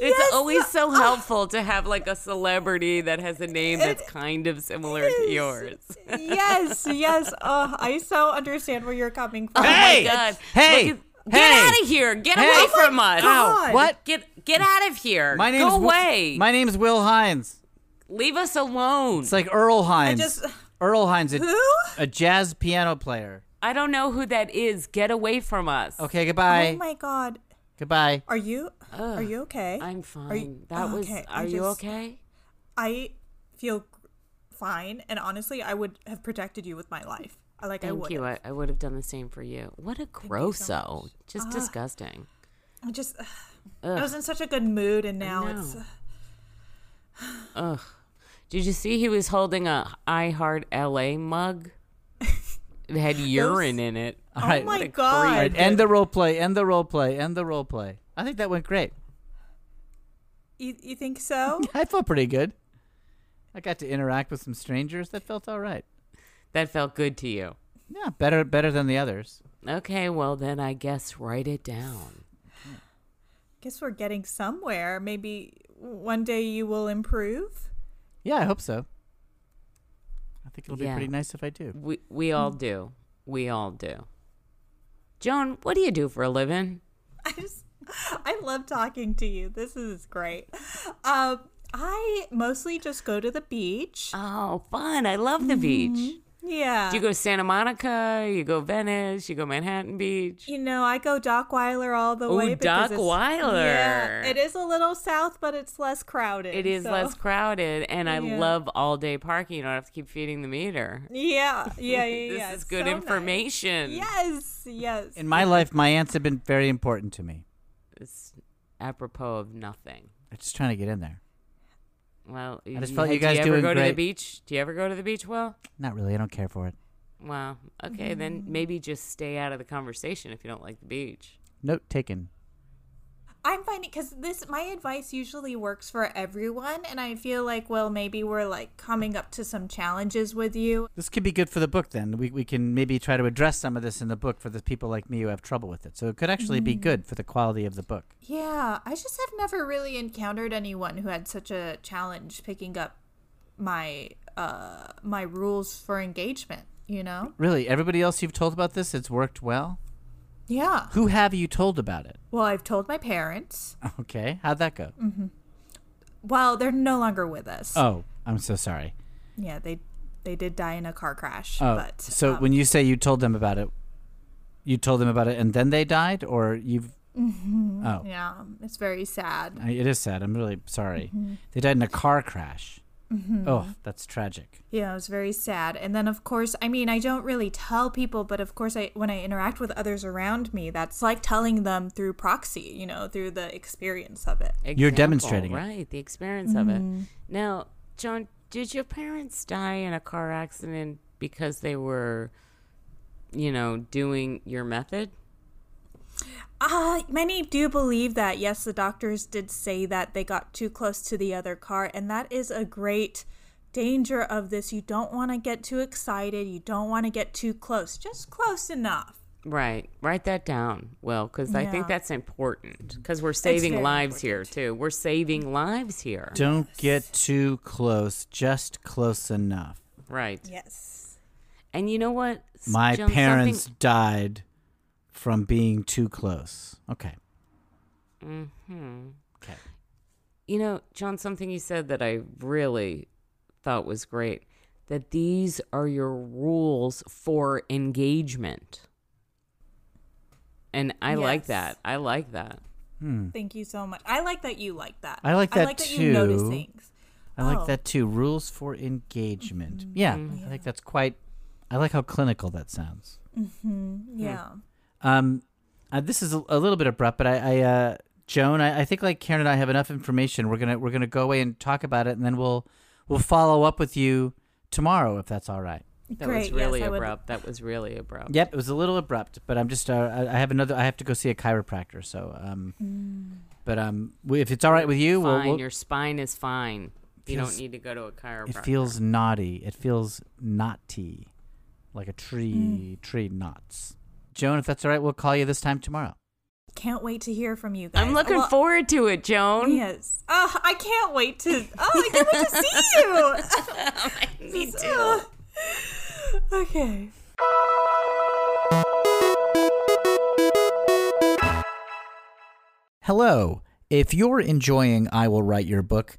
[SPEAKER 3] it's always so helpful to have like a celebrity that has a name that's kind of similar to yours.
[SPEAKER 4] yes. Yes. Uh, I so understand where you're coming from.
[SPEAKER 2] Hey!
[SPEAKER 3] Oh my God.
[SPEAKER 2] Hey!
[SPEAKER 3] Look at- get
[SPEAKER 2] Hey!
[SPEAKER 3] out of here! Get
[SPEAKER 2] Hey!
[SPEAKER 3] away
[SPEAKER 2] Oh my
[SPEAKER 3] from us!
[SPEAKER 4] God!
[SPEAKER 2] What?
[SPEAKER 3] Get get out of here!
[SPEAKER 2] My name's
[SPEAKER 3] Go
[SPEAKER 2] Wi-
[SPEAKER 3] away!
[SPEAKER 2] My name's Will Hines.
[SPEAKER 3] Leave us alone!
[SPEAKER 2] It's like Earl Hines.
[SPEAKER 4] just-
[SPEAKER 2] Earl Hines, a,
[SPEAKER 4] Who?
[SPEAKER 2] a jazz piano player.
[SPEAKER 3] I don't know who that is. Get away from us!
[SPEAKER 2] Okay,
[SPEAKER 4] Oh
[SPEAKER 2] goodbye.
[SPEAKER 4] my God.
[SPEAKER 2] Goodbye.
[SPEAKER 4] Are you are you okay?
[SPEAKER 3] I'm fine.
[SPEAKER 4] you- oh,
[SPEAKER 3] that was.
[SPEAKER 4] okay, I
[SPEAKER 3] Are you
[SPEAKER 4] just-
[SPEAKER 3] okay?
[SPEAKER 4] I feel fine, and honestly, I would have protected you with my life. I- Like I
[SPEAKER 3] Thank
[SPEAKER 4] would.
[SPEAKER 3] you.
[SPEAKER 4] have.
[SPEAKER 3] I, I would have done the same for you. What a grosso! Just disgusting.
[SPEAKER 4] I just I was in such a good mood, and now
[SPEAKER 3] know.
[SPEAKER 4] it's.
[SPEAKER 3] Ugh. Did you see he was holding a I Heart LA mug? It had urine in it.
[SPEAKER 2] All right.
[SPEAKER 4] oh my
[SPEAKER 3] a
[SPEAKER 4] god.
[SPEAKER 2] All right, end the role play, end the role play, end the role play. I think that went great.
[SPEAKER 4] You, you think so?
[SPEAKER 2] I felt pretty good. I got to interact with some strangers. That felt all right.
[SPEAKER 3] That felt good to you.
[SPEAKER 2] Yeah, better better than the others.
[SPEAKER 3] Okay, well then I guess write it down.
[SPEAKER 4] Guess we're getting somewhere. Maybe one day you will improve.
[SPEAKER 2] Yeah, I hope so. I think it'll
[SPEAKER 3] Yeah.
[SPEAKER 2] be pretty nice if I do.
[SPEAKER 3] We we all
[SPEAKER 4] Mm.
[SPEAKER 3] do. We all do. Joan, what do you do for a living?
[SPEAKER 4] I just I love talking to you. This is great. Um I mostly just go to the beach.
[SPEAKER 3] Oh, fun. I love the beach.
[SPEAKER 4] Yeah.
[SPEAKER 3] Mm-hmm. Do you go to Santa Monica? You go Venice? You go Manhattan Beach?
[SPEAKER 4] You know, I go Dockweiler all the
[SPEAKER 3] Ooh,
[SPEAKER 4] way. because it's-
[SPEAKER 3] Dockweiler.
[SPEAKER 4] Yeah, it is a little south, but it's less crowded.
[SPEAKER 3] It is
[SPEAKER 4] so-
[SPEAKER 3] less crowded, and I
[SPEAKER 4] Yeah.
[SPEAKER 3] love all day parking. You don't have to keep feeding the meter.
[SPEAKER 4] Yeah, yeah, yeah.
[SPEAKER 3] this
[SPEAKER 4] yeah,
[SPEAKER 3] is
[SPEAKER 4] it's
[SPEAKER 3] good
[SPEAKER 4] so nice.
[SPEAKER 3] information.
[SPEAKER 4] Yes, yes.
[SPEAKER 2] In my life, my aunts have been very important to me.
[SPEAKER 3] It's apropos of nothing.
[SPEAKER 2] I'm just trying to get in there.
[SPEAKER 3] Well,
[SPEAKER 2] I just felt you guys
[SPEAKER 3] do you
[SPEAKER 2] doing
[SPEAKER 3] ever go to the
[SPEAKER 2] great.
[SPEAKER 3] beach? Do you ever go to the beach? Well,
[SPEAKER 2] Not really. I don't care for it.
[SPEAKER 3] wow. Okay, then
[SPEAKER 4] Mm.
[SPEAKER 3] maybe just stay out of the conversation if you don't like the beach.
[SPEAKER 2] Note taken.
[SPEAKER 4] I'm finding because this my advice usually works for everyone, and I feel like well maybe we're like coming up to some challenges with you.
[SPEAKER 2] This could be good for the book then. We, we can maybe try to address some of this in the book for the people like me who have trouble with it. So it could actually be good for the quality of the book.
[SPEAKER 4] Yeah, I just have never really encountered anyone who had such a challenge picking up my uh my rules for engagement. You know?
[SPEAKER 2] Really, everybody else you've told about this, it's worked well?
[SPEAKER 4] Yeah.
[SPEAKER 2] Who have you told about it?
[SPEAKER 4] Well, I've told my parents.
[SPEAKER 2] Okay, how'd that go?
[SPEAKER 4] Well, they're no longer with us.
[SPEAKER 2] Oh, I'm so sorry.
[SPEAKER 4] Yeah, they they did die in a car crash.
[SPEAKER 2] Oh,
[SPEAKER 4] but
[SPEAKER 2] so
[SPEAKER 4] um,
[SPEAKER 2] when you say you told them about it, you told them about it and then they died, or you've? Oh,
[SPEAKER 4] yeah, it's very sad.
[SPEAKER 2] I- it is sad. I'm really sorry. They died in a car crash. Oh, that's tragic.
[SPEAKER 4] Yeah, it was very sad. And then, of course, I mean, I don't really tell people, but of course, I when I interact with others around me, that's like telling them through proxy, you know, through the experience of it.
[SPEAKER 2] You're
[SPEAKER 3] Example,
[SPEAKER 2] demonstrating it.
[SPEAKER 3] right? The experience
[SPEAKER 4] Mm-hmm.
[SPEAKER 3] of it. Now, John, did your parents die in a car accident because they were, you know, doing your method?
[SPEAKER 4] Uh, many do believe that. Yes, the doctors did say that they got too close to the other car, and that is a great danger of this. You don't want to get too excited. You don't want to get too close. Just close enough.
[SPEAKER 3] Right. Write that down, Will, because I think
[SPEAKER 4] Yeah.
[SPEAKER 3] that's important. Because we're saving
[SPEAKER 4] very
[SPEAKER 3] lives here, too. We're saving lives here.
[SPEAKER 2] Don't get too close. Just close enough.
[SPEAKER 3] right.
[SPEAKER 4] Yes.
[SPEAKER 3] And you know what? S-
[SPEAKER 2] My
[SPEAKER 3] Joan, something-
[SPEAKER 2] parents died from being too close. Okay. Okay.
[SPEAKER 3] you know, John, something you said that I really thought was great that these are your rules for engagement. And I like
[SPEAKER 4] Yes.
[SPEAKER 3] that. I like that.
[SPEAKER 2] Hmm.
[SPEAKER 4] Thank you so much. I like that you like that.
[SPEAKER 2] I like
[SPEAKER 4] I
[SPEAKER 2] that
[SPEAKER 4] like that you notice
[SPEAKER 2] too.
[SPEAKER 4] things.
[SPEAKER 2] I like
[SPEAKER 4] Oh.
[SPEAKER 2] that too. Rules for engagement. Yeah, I think that's quite. I like how clinical that sounds.
[SPEAKER 4] Yeah.
[SPEAKER 2] Um, uh, this is a, a little bit abrupt, but I, I uh, Joan, I, I think like Karen and I have enough information. We're gonna we're gonna go away and talk about it, and then we'll we'll follow up with you tomorrow if that's all right.
[SPEAKER 3] That
[SPEAKER 4] Great,
[SPEAKER 3] was really
[SPEAKER 4] yes, I would-
[SPEAKER 3] abrupt. That was really abrupt.
[SPEAKER 2] Yep, it was a little abrupt, but I'm just uh, I, I have another. I have to go see a chiropractor, so um, but um, we, if it's all right with you, we'll-
[SPEAKER 3] Fine.
[SPEAKER 2] we'll,
[SPEAKER 3] your spine is fine. You don't
[SPEAKER 2] Feels-
[SPEAKER 3] need to go to a
[SPEAKER 2] it
[SPEAKER 3] chiropractor.
[SPEAKER 2] feels knotty. It feels knotty, like a tree tree knots. Joan, if that's all right, we'll call you this time tomorrow.
[SPEAKER 4] Can't wait to hear from you guys.
[SPEAKER 3] I'm looking
[SPEAKER 4] Well,
[SPEAKER 3] forward to it, Joan.
[SPEAKER 4] Yes. Oh, I can't wait to. Oh, I can't wait to see you.
[SPEAKER 3] Me too.
[SPEAKER 4] okay.
[SPEAKER 2] Hello. If you're enjoying I Will Write Your Book,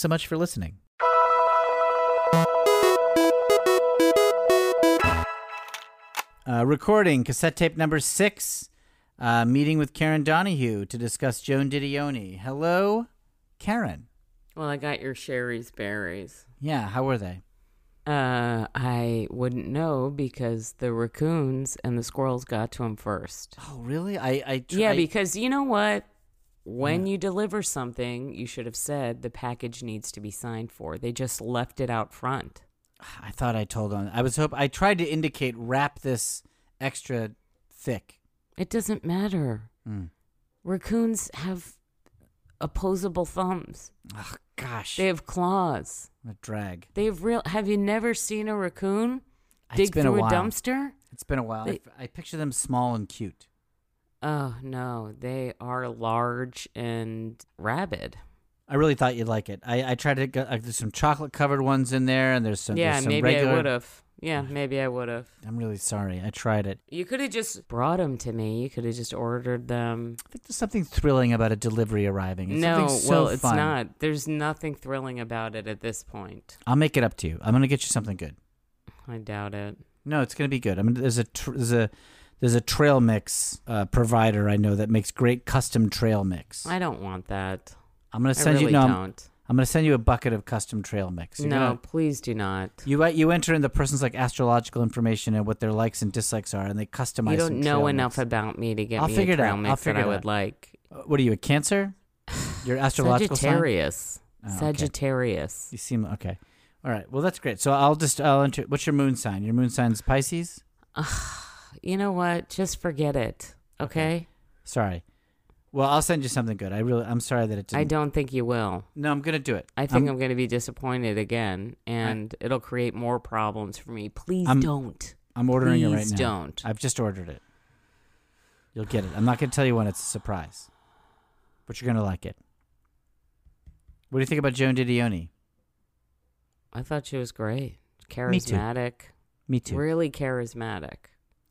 [SPEAKER 2] so much for listening. Uh, recording cassette tape number six. Uh, meeting with Karen Donahue to discuss Joan Didioni. Hello, Karen.
[SPEAKER 3] Well, I got your Sherry's berries.
[SPEAKER 2] Yeah, how were they?
[SPEAKER 3] Uh, I wouldn't know because the raccoons and the squirrels got to him first.
[SPEAKER 2] Oh, really? I, I tr-
[SPEAKER 3] Yeah,
[SPEAKER 2] I-
[SPEAKER 3] because you know what? When you deliver something, you should have said the package needs to be signed for. They just left it out front.
[SPEAKER 2] I thought I told on. I was hope I tried to indicate wrap this extra thick.
[SPEAKER 3] It doesn't matter.
[SPEAKER 2] Mm.
[SPEAKER 3] Raccoons have opposable thumbs.
[SPEAKER 2] Oh gosh,
[SPEAKER 3] They have claws.
[SPEAKER 2] what a drag.
[SPEAKER 3] They have real. Have you never seen a raccoon
[SPEAKER 2] it's
[SPEAKER 3] dig
[SPEAKER 2] been
[SPEAKER 3] through
[SPEAKER 2] a
[SPEAKER 3] a,
[SPEAKER 2] while.
[SPEAKER 3] dumpster?
[SPEAKER 2] It's been a while. I,
[SPEAKER 3] They-
[SPEAKER 2] I picture them small and cute.
[SPEAKER 3] Oh no, they are large and rabid.
[SPEAKER 2] I really thought you'd like it. I, I tried to get like, there's some chocolate covered ones in there, and there's some
[SPEAKER 3] yeah,
[SPEAKER 2] there's some
[SPEAKER 3] maybe
[SPEAKER 2] regular.
[SPEAKER 3] I would have. Yeah, maybe I would have.
[SPEAKER 2] I'm really sorry. I tried it.
[SPEAKER 3] You could have just brought them to me. You could have just ordered them.
[SPEAKER 2] I think there's something thrilling about a delivery arriving. It's
[SPEAKER 3] no,
[SPEAKER 2] something so
[SPEAKER 3] well, it's
[SPEAKER 2] fun.
[SPEAKER 3] not. There's nothing thrilling about it at this point.
[SPEAKER 2] I'll make it up to you. I'm gonna get you something good.
[SPEAKER 3] I doubt it.
[SPEAKER 2] No, it's gonna be good. I mean, there's a tr- there's a there's a trail mix uh, provider I know that makes great custom trail mix.
[SPEAKER 3] I don't want that.
[SPEAKER 2] I'm gonna
[SPEAKER 3] I
[SPEAKER 2] send
[SPEAKER 3] really
[SPEAKER 2] you no. I'm-
[SPEAKER 3] don't.
[SPEAKER 2] I'm gonna send you a bucket of custom trail mix. You're
[SPEAKER 3] no,
[SPEAKER 2] gonna-
[SPEAKER 3] please do not.
[SPEAKER 2] you uh, you enter in the person's like astrological information and what their likes and dislikes are, and they customize.
[SPEAKER 3] You
[SPEAKER 2] some
[SPEAKER 3] don't know
[SPEAKER 2] trail
[SPEAKER 3] enough
[SPEAKER 2] mix.
[SPEAKER 3] about me to get
[SPEAKER 2] I'll
[SPEAKER 3] me
[SPEAKER 2] figure
[SPEAKER 3] a
[SPEAKER 2] it
[SPEAKER 3] trail
[SPEAKER 2] out.
[SPEAKER 3] mix
[SPEAKER 2] I'll
[SPEAKER 3] that
[SPEAKER 2] figure
[SPEAKER 3] I
[SPEAKER 2] it
[SPEAKER 3] would
[SPEAKER 2] out.
[SPEAKER 3] like.
[SPEAKER 2] Uh, What are you a Cancer? Your astrological sign.
[SPEAKER 3] Sagittarius.
[SPEAKER 2] Oh, okay.
[SPEAKER 3] Sagittarius.
[SPEAKER 2] You seem okay. All right. Well, that's great. So I'll just I'll enter. What's your moon sign? Your moon sign's Pisces.
[SPEAKER 3] You know what? Just forget it. Okay.
[SPEAKER 2] Sorry. Well, I'll send you something good. I really I'm sorry that it didn't.
[SPEAKER 3] I don't think you will.
[SPEAKER 2] No, I'm gonna do it.
[SPEAKER 3] I think I'm, going to be disappointed again, and it'll create more problems for me. Please
[SPEAKER 2] I'm-
[SPEAKER 3] don't.
[SPEAKER 2] I'm ordering it right
[SPEAKER 3] Please
[SPEAKER 2] now.
[SPEAKER 3] don't.
[SPEAKER 2] I've just ordered it. You'll get it. I'm not going to tell you when. It's a surprise. But you're going to like it. What do you think about Joan Didioni?
[SPEAKER 3] I thought she was great,
[SPEAKER 2] Me too.
[SPEAKER 3] charismatic,
[SPEAKER 2] Me too.
[SPEAKER 3] really charismatic.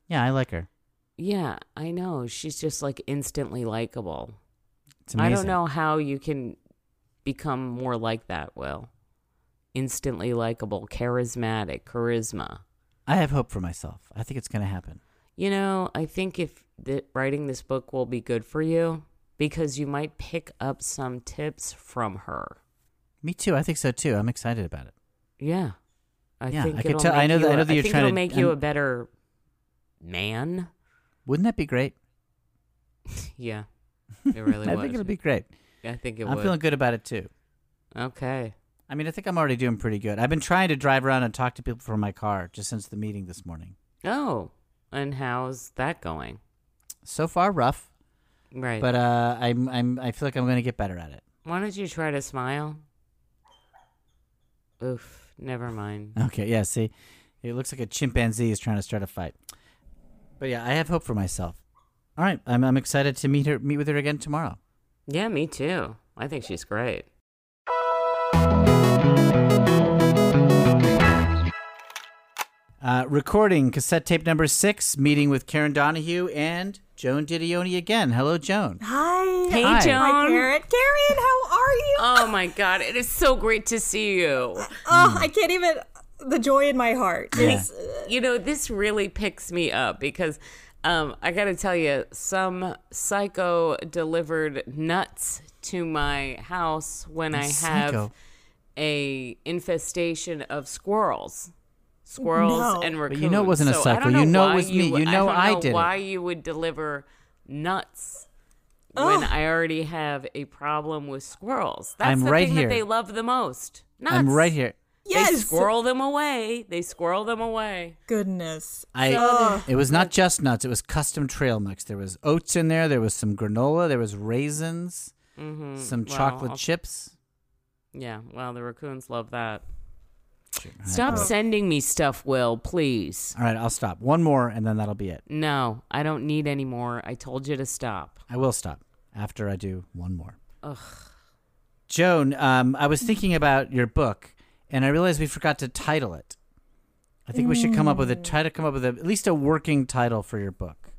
[SPEAKER 2] yeah, I like her.
[SPEAKER 3] Yeah, I know. She's just like instantly likable.
[SPEAKER 2] It's amazing.
[SPEAKER 3] I don't know how you can become more like that, Will. Instantly likable, charismatic, charisma.
[SPEAKER 2] I have hope for myself. I think it's going to happen.
[SPEAKER 3] You know, I think if th- writing this book will be good for you because you might pick up some tips from her.
[SPEAKER 2] Me too. I think so too. I'm excited about it.
[SPEAKER 3] Yeah. I
[SPEAKER 2] Yeah,
[SPEAKER 3] think
[SPEAKER 2] I could
[SPEAKER 3] it'll
[SPEAKER 2] tell- I
[SPEAKER 3] make
[SPEAKER 2] know that-
[SPEAKER 3] you
[SPEAKER 2] I
[SPEAKER 3] a-
[SPEAKER 2] know that you're
[SPEAKER 3] think
[SPEAKER 2] trying
[SPEAKER 3] it'll
[SPEAKER 2] to-
[SPEAKER 3] make you a
[SPEAKER 2] I'm-
[SPEAKER 3] better man.
[SPEAKER 2] Wouldn't that be great?
[SPEAKER 3] Yeah. It really
[SPEAKER 2] I
[SPEAKER 3] would.
[SPEAKER 2] think it'll be great.
[SPEAKER 3] I think it
[SPEAKER 2] I'm
[SPEAKER 3] would.
[SPEAKER 2] feeling good about it too.
[SPEAKER 3] okay.
[SPEAKER 2] I mean, I think I'm already doing pretty good. I've been trying to drive around and talk to people from my car just since the meeting this morning.
[SPEAKER 3] Oh, and how's that going?
[SPEAKER 2] So far, rough,
[SPEAKER 3] Right.
[SPEAKER 2] but uh, I'm, I'm I feel like I'm going to get better at it.
[SPEAKER 3] Why don't you try to smile? Oof, never mind.
[SPEAKER 2] Okay, yeah, see. It looks like a chimpanzee is trying to start a fight. But yeah, I have hope for myself. All right, I'm, I'm excited to meet her meet with her again tomorrow.
[SPEAKER 3] Yeah, me too. I think she's great.
[SPEAKER 2] Uh, recording cassette tape number 6 meeting with Karen Donahue and Joan Didioni again. Hello Joan.
[SPEAKER 4] Hi.
[SPEAKER 3] Hey,
[SPEAKER 2] Hi.
[SPEAKER 3] Joan.
[SPEAKER 4] Hi, Garrett. Karen, how are you?
[SPEAKER 3] Oh my God, it is so great to see you.
[SPEAKER 4] oh, I can't even. The joy in my heart. is-
[SPEAKER 3] You know, this really picks me up because um, I got to tell you, some psycho delivered nuts to my house when I have
[SPEAKER 2] Psycho.
[SPEAKER 3] a infestation of squirrels. Squirrels
[SPEAKER 4] No.
[SPEAKER 3] and
[SPEAKER 2] But
[SPEAKER 3] raccoons.
[SPEAKER 2] you know it wasn't a
[SPEAKER 3] So I
[SPEAKER 2] psycho.
[SPEAKER 3] don't know
[SPEAKER 2] You know it
[SPEAKER 3] why
[SPEAKER 2] was me.
[SPEAKER 3] would-
[SPEAKER 2] You know
[SPEAKER 3] I, don't
[SPEAKER 2] I
[SPEAKER 3] know
[SPEAKER 2] did it.
[SPEAKER 3] Why you would deliver nuts when I already have a problem with squirrels? That's
[SPEAKER 2] I'm
[SPEAKER 3] the
[SPEAKER 2] right
[SPEAKER 3] thing
[SPEAKER 2] here.
[SPEAKER 3] that they love the most. Nuts.
[SPEAKER 2] I'm right here.
[SPEAKER 3] They
[SPEAKER 4] yes.
[SPEAKER 3] squirrel them away. They squirrel them away.
[SPEAKER 4] Goodness.
[SPEAKER 2] I
[SPEAKER 4] Oh.
[SPEAKER 2] it was not just nuts, it was custom trail mix. There was oats in there, there was some granola, there was raisins,
[SPEAKER 3] Mm-hmm.
[SPEAKER 2] some chocolate chips.
[SPEAKER 3] Yeah, well, the raccoons love that.
[SPEAKER 2] Sure, all right,
[SPEAKER 3] Stop
[SPEAKER 2] but-
[SPEAKER 3] sending me stuff, Will, please.
[SPEAKER 2] All right, I'll stop. One more and then that'll be it.
[SPEAKER 3] No, I don't need any more. I told you to stop.
[SPEAKER 2] I will stop after I do one more.
[SPEAKER 3] Ugh.
[SPEAKER 2] Joan, um, I was thinking about your book, and I realized we forgot to title it. I think we should come up with a try to come up with a, at least a working title for your book.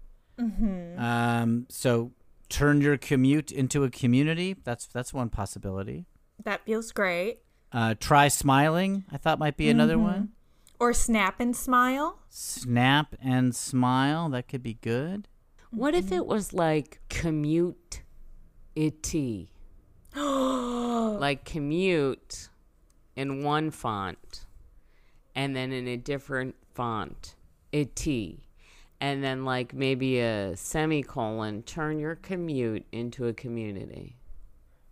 [SPEAKER 2] Mm-hmm. Um, so, turn your commute into a community. That's that's one possibility.
[SPEAKER 4] That feels great.
[SPEAKER 2] Uh, try smiling. I thought might be another one.
[SPEAKER 4] Or snap and smile.
[SPEAKER 2] Snap and smile. That could be good.
[SPEAKER 3] What if it was like commute it? like commute in one font and then in a different font it. And then like maybe a semicolon, turn your commute into a community.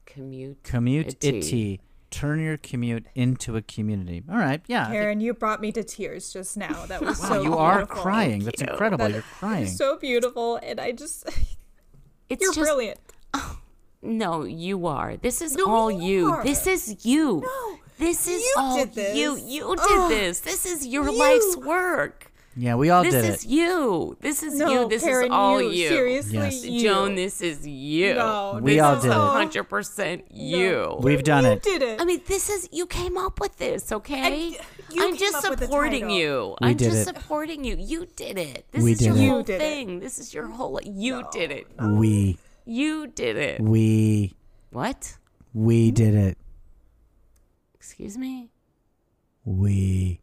[SPEAKER 3] Commute
[SPEAKER 2] Commute itty. Turn your commute into a community. All right. Yeah. I think-
[SPEAKER 4] Karen, you brought me to tears just now. That was
[SPEAKER 2] wow,
[SPEAKER 4] so
[SPEAKER 2] you are
[SPEAKER 4] beautiful.
[SPEAKER 2] crying. That's incredible.
[SPEAKER 4] That
[SPEAKER 2] You're crying.
[SPEAKER 4] is so beautiful, and I just
[SPEAKER 3] It's
[SPEAKER 4] you're
[SPEAKER 3] just
[SPEAKER 4] brilliant.
[SPEAKER 3] No, you are. This is
[SPEAKER 4] No,
[SPEAKER 3] all
[SPEAKER 4] you
[SPEAKER 3] you.
[SPEAKER 4] are.
[SPEAKER 3] This is you.
[SPEAKER 4] No,
[SPEAKER 3] this is
[SPEAKER 4] you
[SPEAKER 3] all
[SPEAKER 4] did this.
[SPEAKER 3] you. You did
[SPEAKER 4] Ugh,
[SPEAKER 3] this. This is your
[SPEAKER 4] you.
[SPEAKER 3] life's work.
[SPEAKER 2] yeah, we all
[SPEAKER 3] This
[SPEAKER 2] did
[SPEAKER 3] is
[SPEAKER 2] it.
[SPEAKER 3] you. This is
[SPEAKER 4] No,
[SPEAKER 3] you. This
[SPEAKER 4] Karen,
[SPEAKER 3] is all
[SPEAKER 4] you,
[SPEAKER 3] you.
[SPEAKER 4] Seriously,
[SPEAKER 2] Yes.
[SPEAKER 4] you.
[SPEAKER 3] Joan, this is you.
[SPEAKER 4] No,
[SPEAKER 2] We all
[SPEAKER 4] is
[SPEAKER 2] did it.
[SPEAKER 4] all-
[SPEAKER 3] 100% you.
[SPEAKER 2] We've done
[SPEAKER 4] you
[SPEAKER 2] it.
[SPEAKER 4] did it.
[SPEAKER 3] I mean, this is you came up with this, okay?
[SPEAKER 4] you
[SPEAKER 3] I'm
[SPEAKER 4] came
[SPEAKER 3] just
[SPEAKER 4] up with the
[SPEAKER 3] supporting
[SPEAKER 4] title.
[SPEAKER 3] you.
[SPEAKER 2] We
[SPEAKER 3] I'm
[SPEAKER 2] did
[SPEAKER 3] just
[SPEAKER 2] it.
[SPEAKER 3] supporting you. You did it. This
[SPEAKER 2] We
[SPEAKER 3] is
[SPEAKER 2] did
[SPEAKER 3] your
[SPEAKER 2] it. You
[SPEAKER 3] whole
[SPEAKER 4] did it.
[SPEAKER 3] thing. This is your whole. You did it.
[SPEAKER 2] We,
[SPEAKER 3] You did it.
[SPEAKER 2] we,
[SPEAKER 3] What?
[SPEAKER 2] we did it.
[SPEAKER 3] Excuse me.
[SPEAKER 2] We,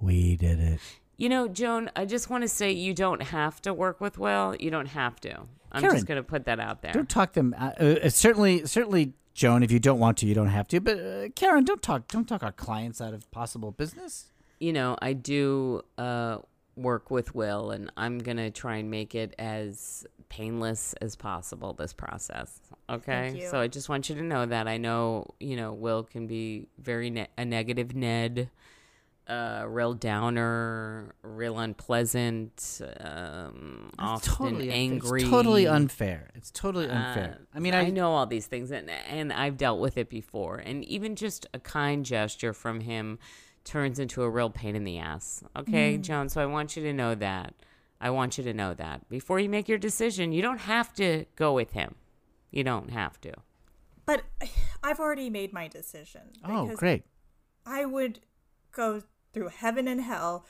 [SPEAKER 2] we did it.
[SPEAKER 3] You know, Joan, I just want to say you don't have to work with Will. You don't have to. I'm
[SPEAKER 2] Karen,
[SPEAKER 3] just going to put that out there.
[SPEAKER 2] Don't talk them. Uh, uh, certainly, certainly, Joan. If you don't want to, you don't have to. But uh, Karen, don't talk. Don't talk our clients out of possible business.
[SPEAKER 3] You know, I do uh, work with Will, and I'm going to try and make it as painless as possible, this process. Okay.
[SPEAKER 4] Thank you.
[SPEAKER 3] So I just want you to know that. I know, you know, Will can be very ne- a negative Ned, uh, real downer, real unpleasant, um, often angry.
[SPEAKER 2] It's totally unfair. It's totally unfair.
[SPEAKER 3] Uh,
[SPEAKER 2] I mean, I,
[SPEAKER 3] know all these things, and and I've dealt with it before. And even just a kind gesture from him turns into a real pain in the ass. Okay,
[SPEAKER 4] Mm.
[SPEAKER 3] Joan. So I want you to know that. I want you to know that before you make your decision, you don't have to go with him. You don't have to.
[SPEAKER 4] but I've already made my decision.
[SPEAKER 2] Oh,
[SPEAKER 4] because
[SPEAKER 2] great.
[SPEAKER 4] I would go through heaven and hell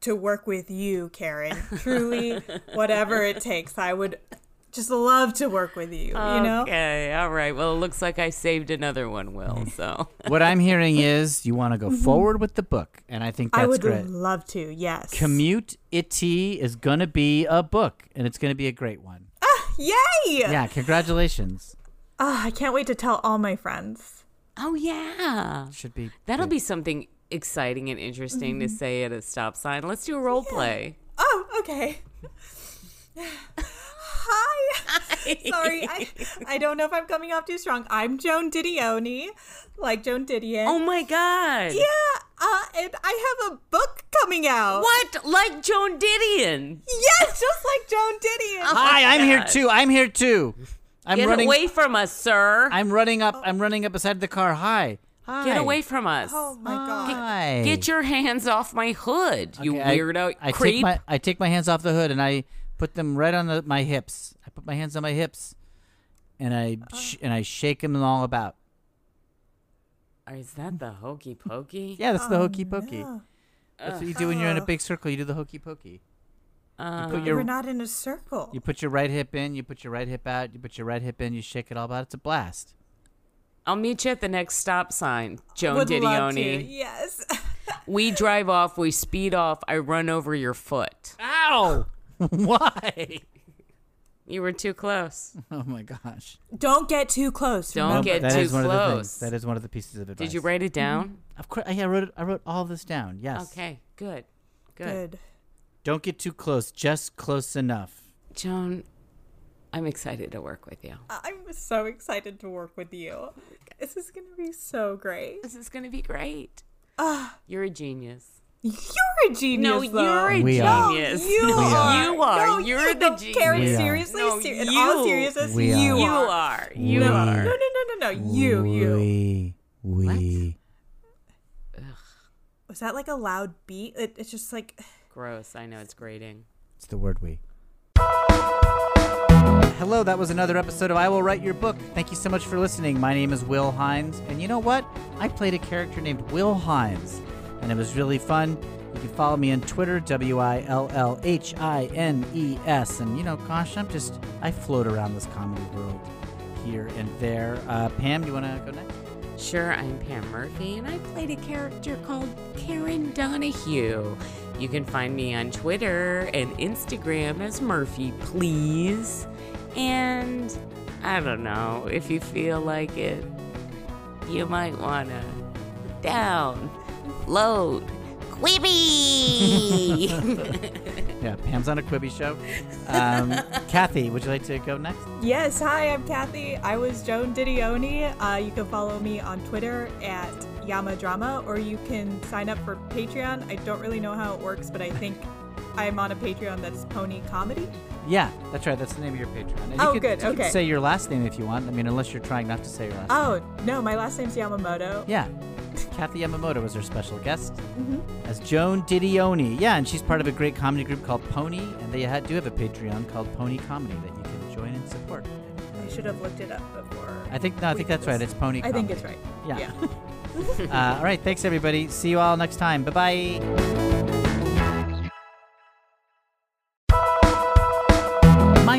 [SPEAKER 4] to work with you, Karen. Truly, whatever it takes, I would just love to work with you. You know,
[SPEAKER 3] Okay. All right. Well, it looks like I saved another one, Will. So.
[SPEAKER 2] what I'm hearing is you want to go forward with the book, and I think that's
[SPEAKER 4] Mm-hmm. I would
[SPEAKER 2] great.
[SPEAKER 4] love to. Yes,
[SPEAKER 2] Commute Itty is gonna be a book, and it's gonna be a great one.
[SPEAKER 4] Yay!
[SPEAKER 2] Yeah, congratulations.
[SPEAKER 4] Ah, I can't wait to tell all my friends.
[SPEAKER 3] Oh yeah.
[SPEAKER 2] Should be
[SPEAKER 3] That'll be something exciting and interesting to
[SPEAKER 4] Mm-hmm.
[SPEAKER 3] say at a stop sign. Let's do a role play.
[SPEAKER 4] Oh, okay. Hi. Sorry, I, I don't know if I'm coming off too strong. I'm Joan Didioni, like Joan Didion.
[SPEAKER 3] Oh my god.
[SPEAKER 4] yeah, uh, and I have a book coming out.
[SPEAKER 3] What? Like Joan Didion?
[SPEAKER 4] Yes, just like Joan Didion.
[SPEAKER 3] Uh-huh.
[SPEAKER 2] Hi, I'm here too. I'm here too. I'm
[SPEAKER 3] Get
[SPEAKER 2] running.
[SPEAKER 3] away from us, sir.
[SPEAKER 2] I'm running up. I'm running up beside the car. Hi. Hi.
[SPEAKER 3] Get away from us.
[SPEAKER 4] oh my
[SPEAKER 3] Uh-huh.
[SPEAKER 4] god.
[SPEAKER 2] Hi.
[SPEAKER 3] Get your hands off my hood, you
[SPEAKER 2] Okay, I-
[SPEAKER 3] weirdo
[SPEAKER 2] I,
[SPEAKER 3] creep.
[SPEAKER 2] Take my, I take my hands off the hood and I put them right on the, my hips. I put my hands on my hips, and I
[SPEAKER 3] Uh.
[SPEAKER 2] sh- and I shake them all about.
[SPEAKER 3] Or Is that the hokey pokey?
[SPEAKER 2] Yeah, that's the hokey pokey.
[SPEAKER 4] Oh, no.
[SPEAKER 2] That's what you do when you're in a big circle. You do the hokey pokey.
[SPEAKER 3] Uh,
[SPEAKER 2] You put
[SPEAKER 4] We're
[SPEAKER 2] your
[SPEAKER 4] not in a circle.
[SPEAKER 2] you put your right hip in. You put your right hip out. You put your right hip in. You shake it all about. It's a blast.
[SPEAKER 3] I'll meet you at the next stop sign, Joan
[SPEAKER 4] Would love to.
[SPEAKER 3] Didioni.
[SPEAKER 4] Yes.
[SPEAKER 3] We drive off, we speed off, I run over your foot.
[SPEAKER 2] Ow! Why?
[SPEAKER 3] You were too close.
[SPEAKER 2] Oh my gosh.
[SPEAKER 4] Don't get too close.
[SPEAKER 3] Don't
[SPEAKER 4] remember.
[SPEAKER 2] But
[SPEAKER 3] get
[SPEAKER 2] that
[SPEAKER 3] too
[SPEAKER 2] is one of the
[SPEAKER 3] close.
[SPEAKER 2] things. That is one of the pieces of advice.
[SPEAKER 3] Did you write it down?
[SPEAKER 4] Mm-hmm.
[SPEAKER 2] Of course, yeah, I wrote it, I wrote all this down. Yes.
[SPEAKER 3] Okay, good. Good.
[SPEAKER 4] Good.
[SPEAKER 2] Don't get too close. Just close enough.
[SPEAKER 3] Joan, I'm excited to work with you.
[SPEAKER 4] I'm so excited to work with you. This is gonna be so great.
[SPEAKER 3] This is going to be great. You're a genius.
[SPEAKER 4] You're a genius.
[SPEAKER 3] No,
[SPEAKER 4] though.
[SPEAKER 3] you're a
[SPEAKER 2] We are.
[SPEAKER 3] genius.
[SPEAKER 4] No, you
[SPEAKER 3] No,
[SPEAKER 4] are.
[SPEAKER 3] You are.
[SPEAKER 4] No,
[SPEAKER 3] you're
[SPEAKER 4] you-
[SPEAKER 3] the
[SPEAKER 4] no,
[SPEAKER 3] genius.
[SPEAKER 4] Karen,
[SPEAKER 2] We are.
[SPEAKER 4] seriously,
[SPEAKER 3] No,
[SPEAKER 4] in all
[SPEAKER 3] you.
[SPEAKER 4] seriousness,
[SPEAKER 2] We
[SPEAKER 4] you,
[SPEAKER 2] are.
[SPEAKER 3] You
[SPEAKER 4] are.
[SPEAKER 3] are.
[SPEAKER 2] We
[SPEAKER 3] You
[SPEAKER 4] No,
[SPEAKER 2] are.
[SPEAKER 4] no, no, no, no, no. You, you.
[SPEAKER 2] We, we.
[SPEAKER 4] Was that like a loud beat? It, it's just like
[SPEAKER 3] gross. I know it's grating.
[SPEAKER 2] It's the word we. Hello, that was another episode of I Will Write Your Book. Thank you so much for listening. My name is Will Hines, and you know what? I played a character named Will Hines, and it was really fun. You can follow me on Twitter, W I L L H I N E S. And you know, gosh, I'm just, I float around this comedy world here and there. Uh, Pam, do you want to go next?
[SPEAKER 3] Sure, I'm Pam Murphy, and I played a character called Karen Donahue. You can find me on Twitter and Instagram as Murphy, please. And I don't know, if you feel like it, you might want to down, load, Quibi!
[SPEAKER 2] Yeah, Pam's on a Quibi show. Um, Kathy, would you like to go next?
[SPEAKER 4] Yes, hi, I'm Kathy. I was Joan Didioni. Uh, you can follow me on Twitter at Yama Drama, or you can sign up for Patreon. I don't really know how it works, but I think I'm on a Patreon that's Pony Comedy.
[SPEAKER 2] Yeah, that's right. That's the name of your Patreon. And you
[SPEAKER 4] Oh,
[SPEAKER 2] could,
[SPEAKER 4] good,
[SPEAKER 2] you could
[SPEAKER 4] okay.
[SPEAKER 2] say your last name if you want. I mean, unless you're trying not to say your last name.
[SPEAKER 4] Oh, no, my last name's Yamamoto.
[SPEAKER 2] Yeah. Kathy Yamamoto was her special guest
[SPEAKER 4] Mm-hmm.
[SPEAKER 2] as Joan Didioni. Yeah, and she's part of a great comedy group called Pony, and they ha- do have a Patreon called Pony Comedy that you can join and support.
[SPEAKER 4] I should have looked it up before.
[SPEAKER 2] I think no, I
[SPEAKER 4] we
[SPEAKER 2] think
[SPEAKER 4] did
[SPEAKER 2] that's right.
[SPEAKER 4] this.
[SPEAKER 2] It's Pony.
[SPEAKER 4] I think
[SPEAKER 2] Comedy.
[SPEAKER 4] it's right.
[SPEAKER 2] Yeah. uh, all right. Thanks, everybody. See you all next time. Bye bye. My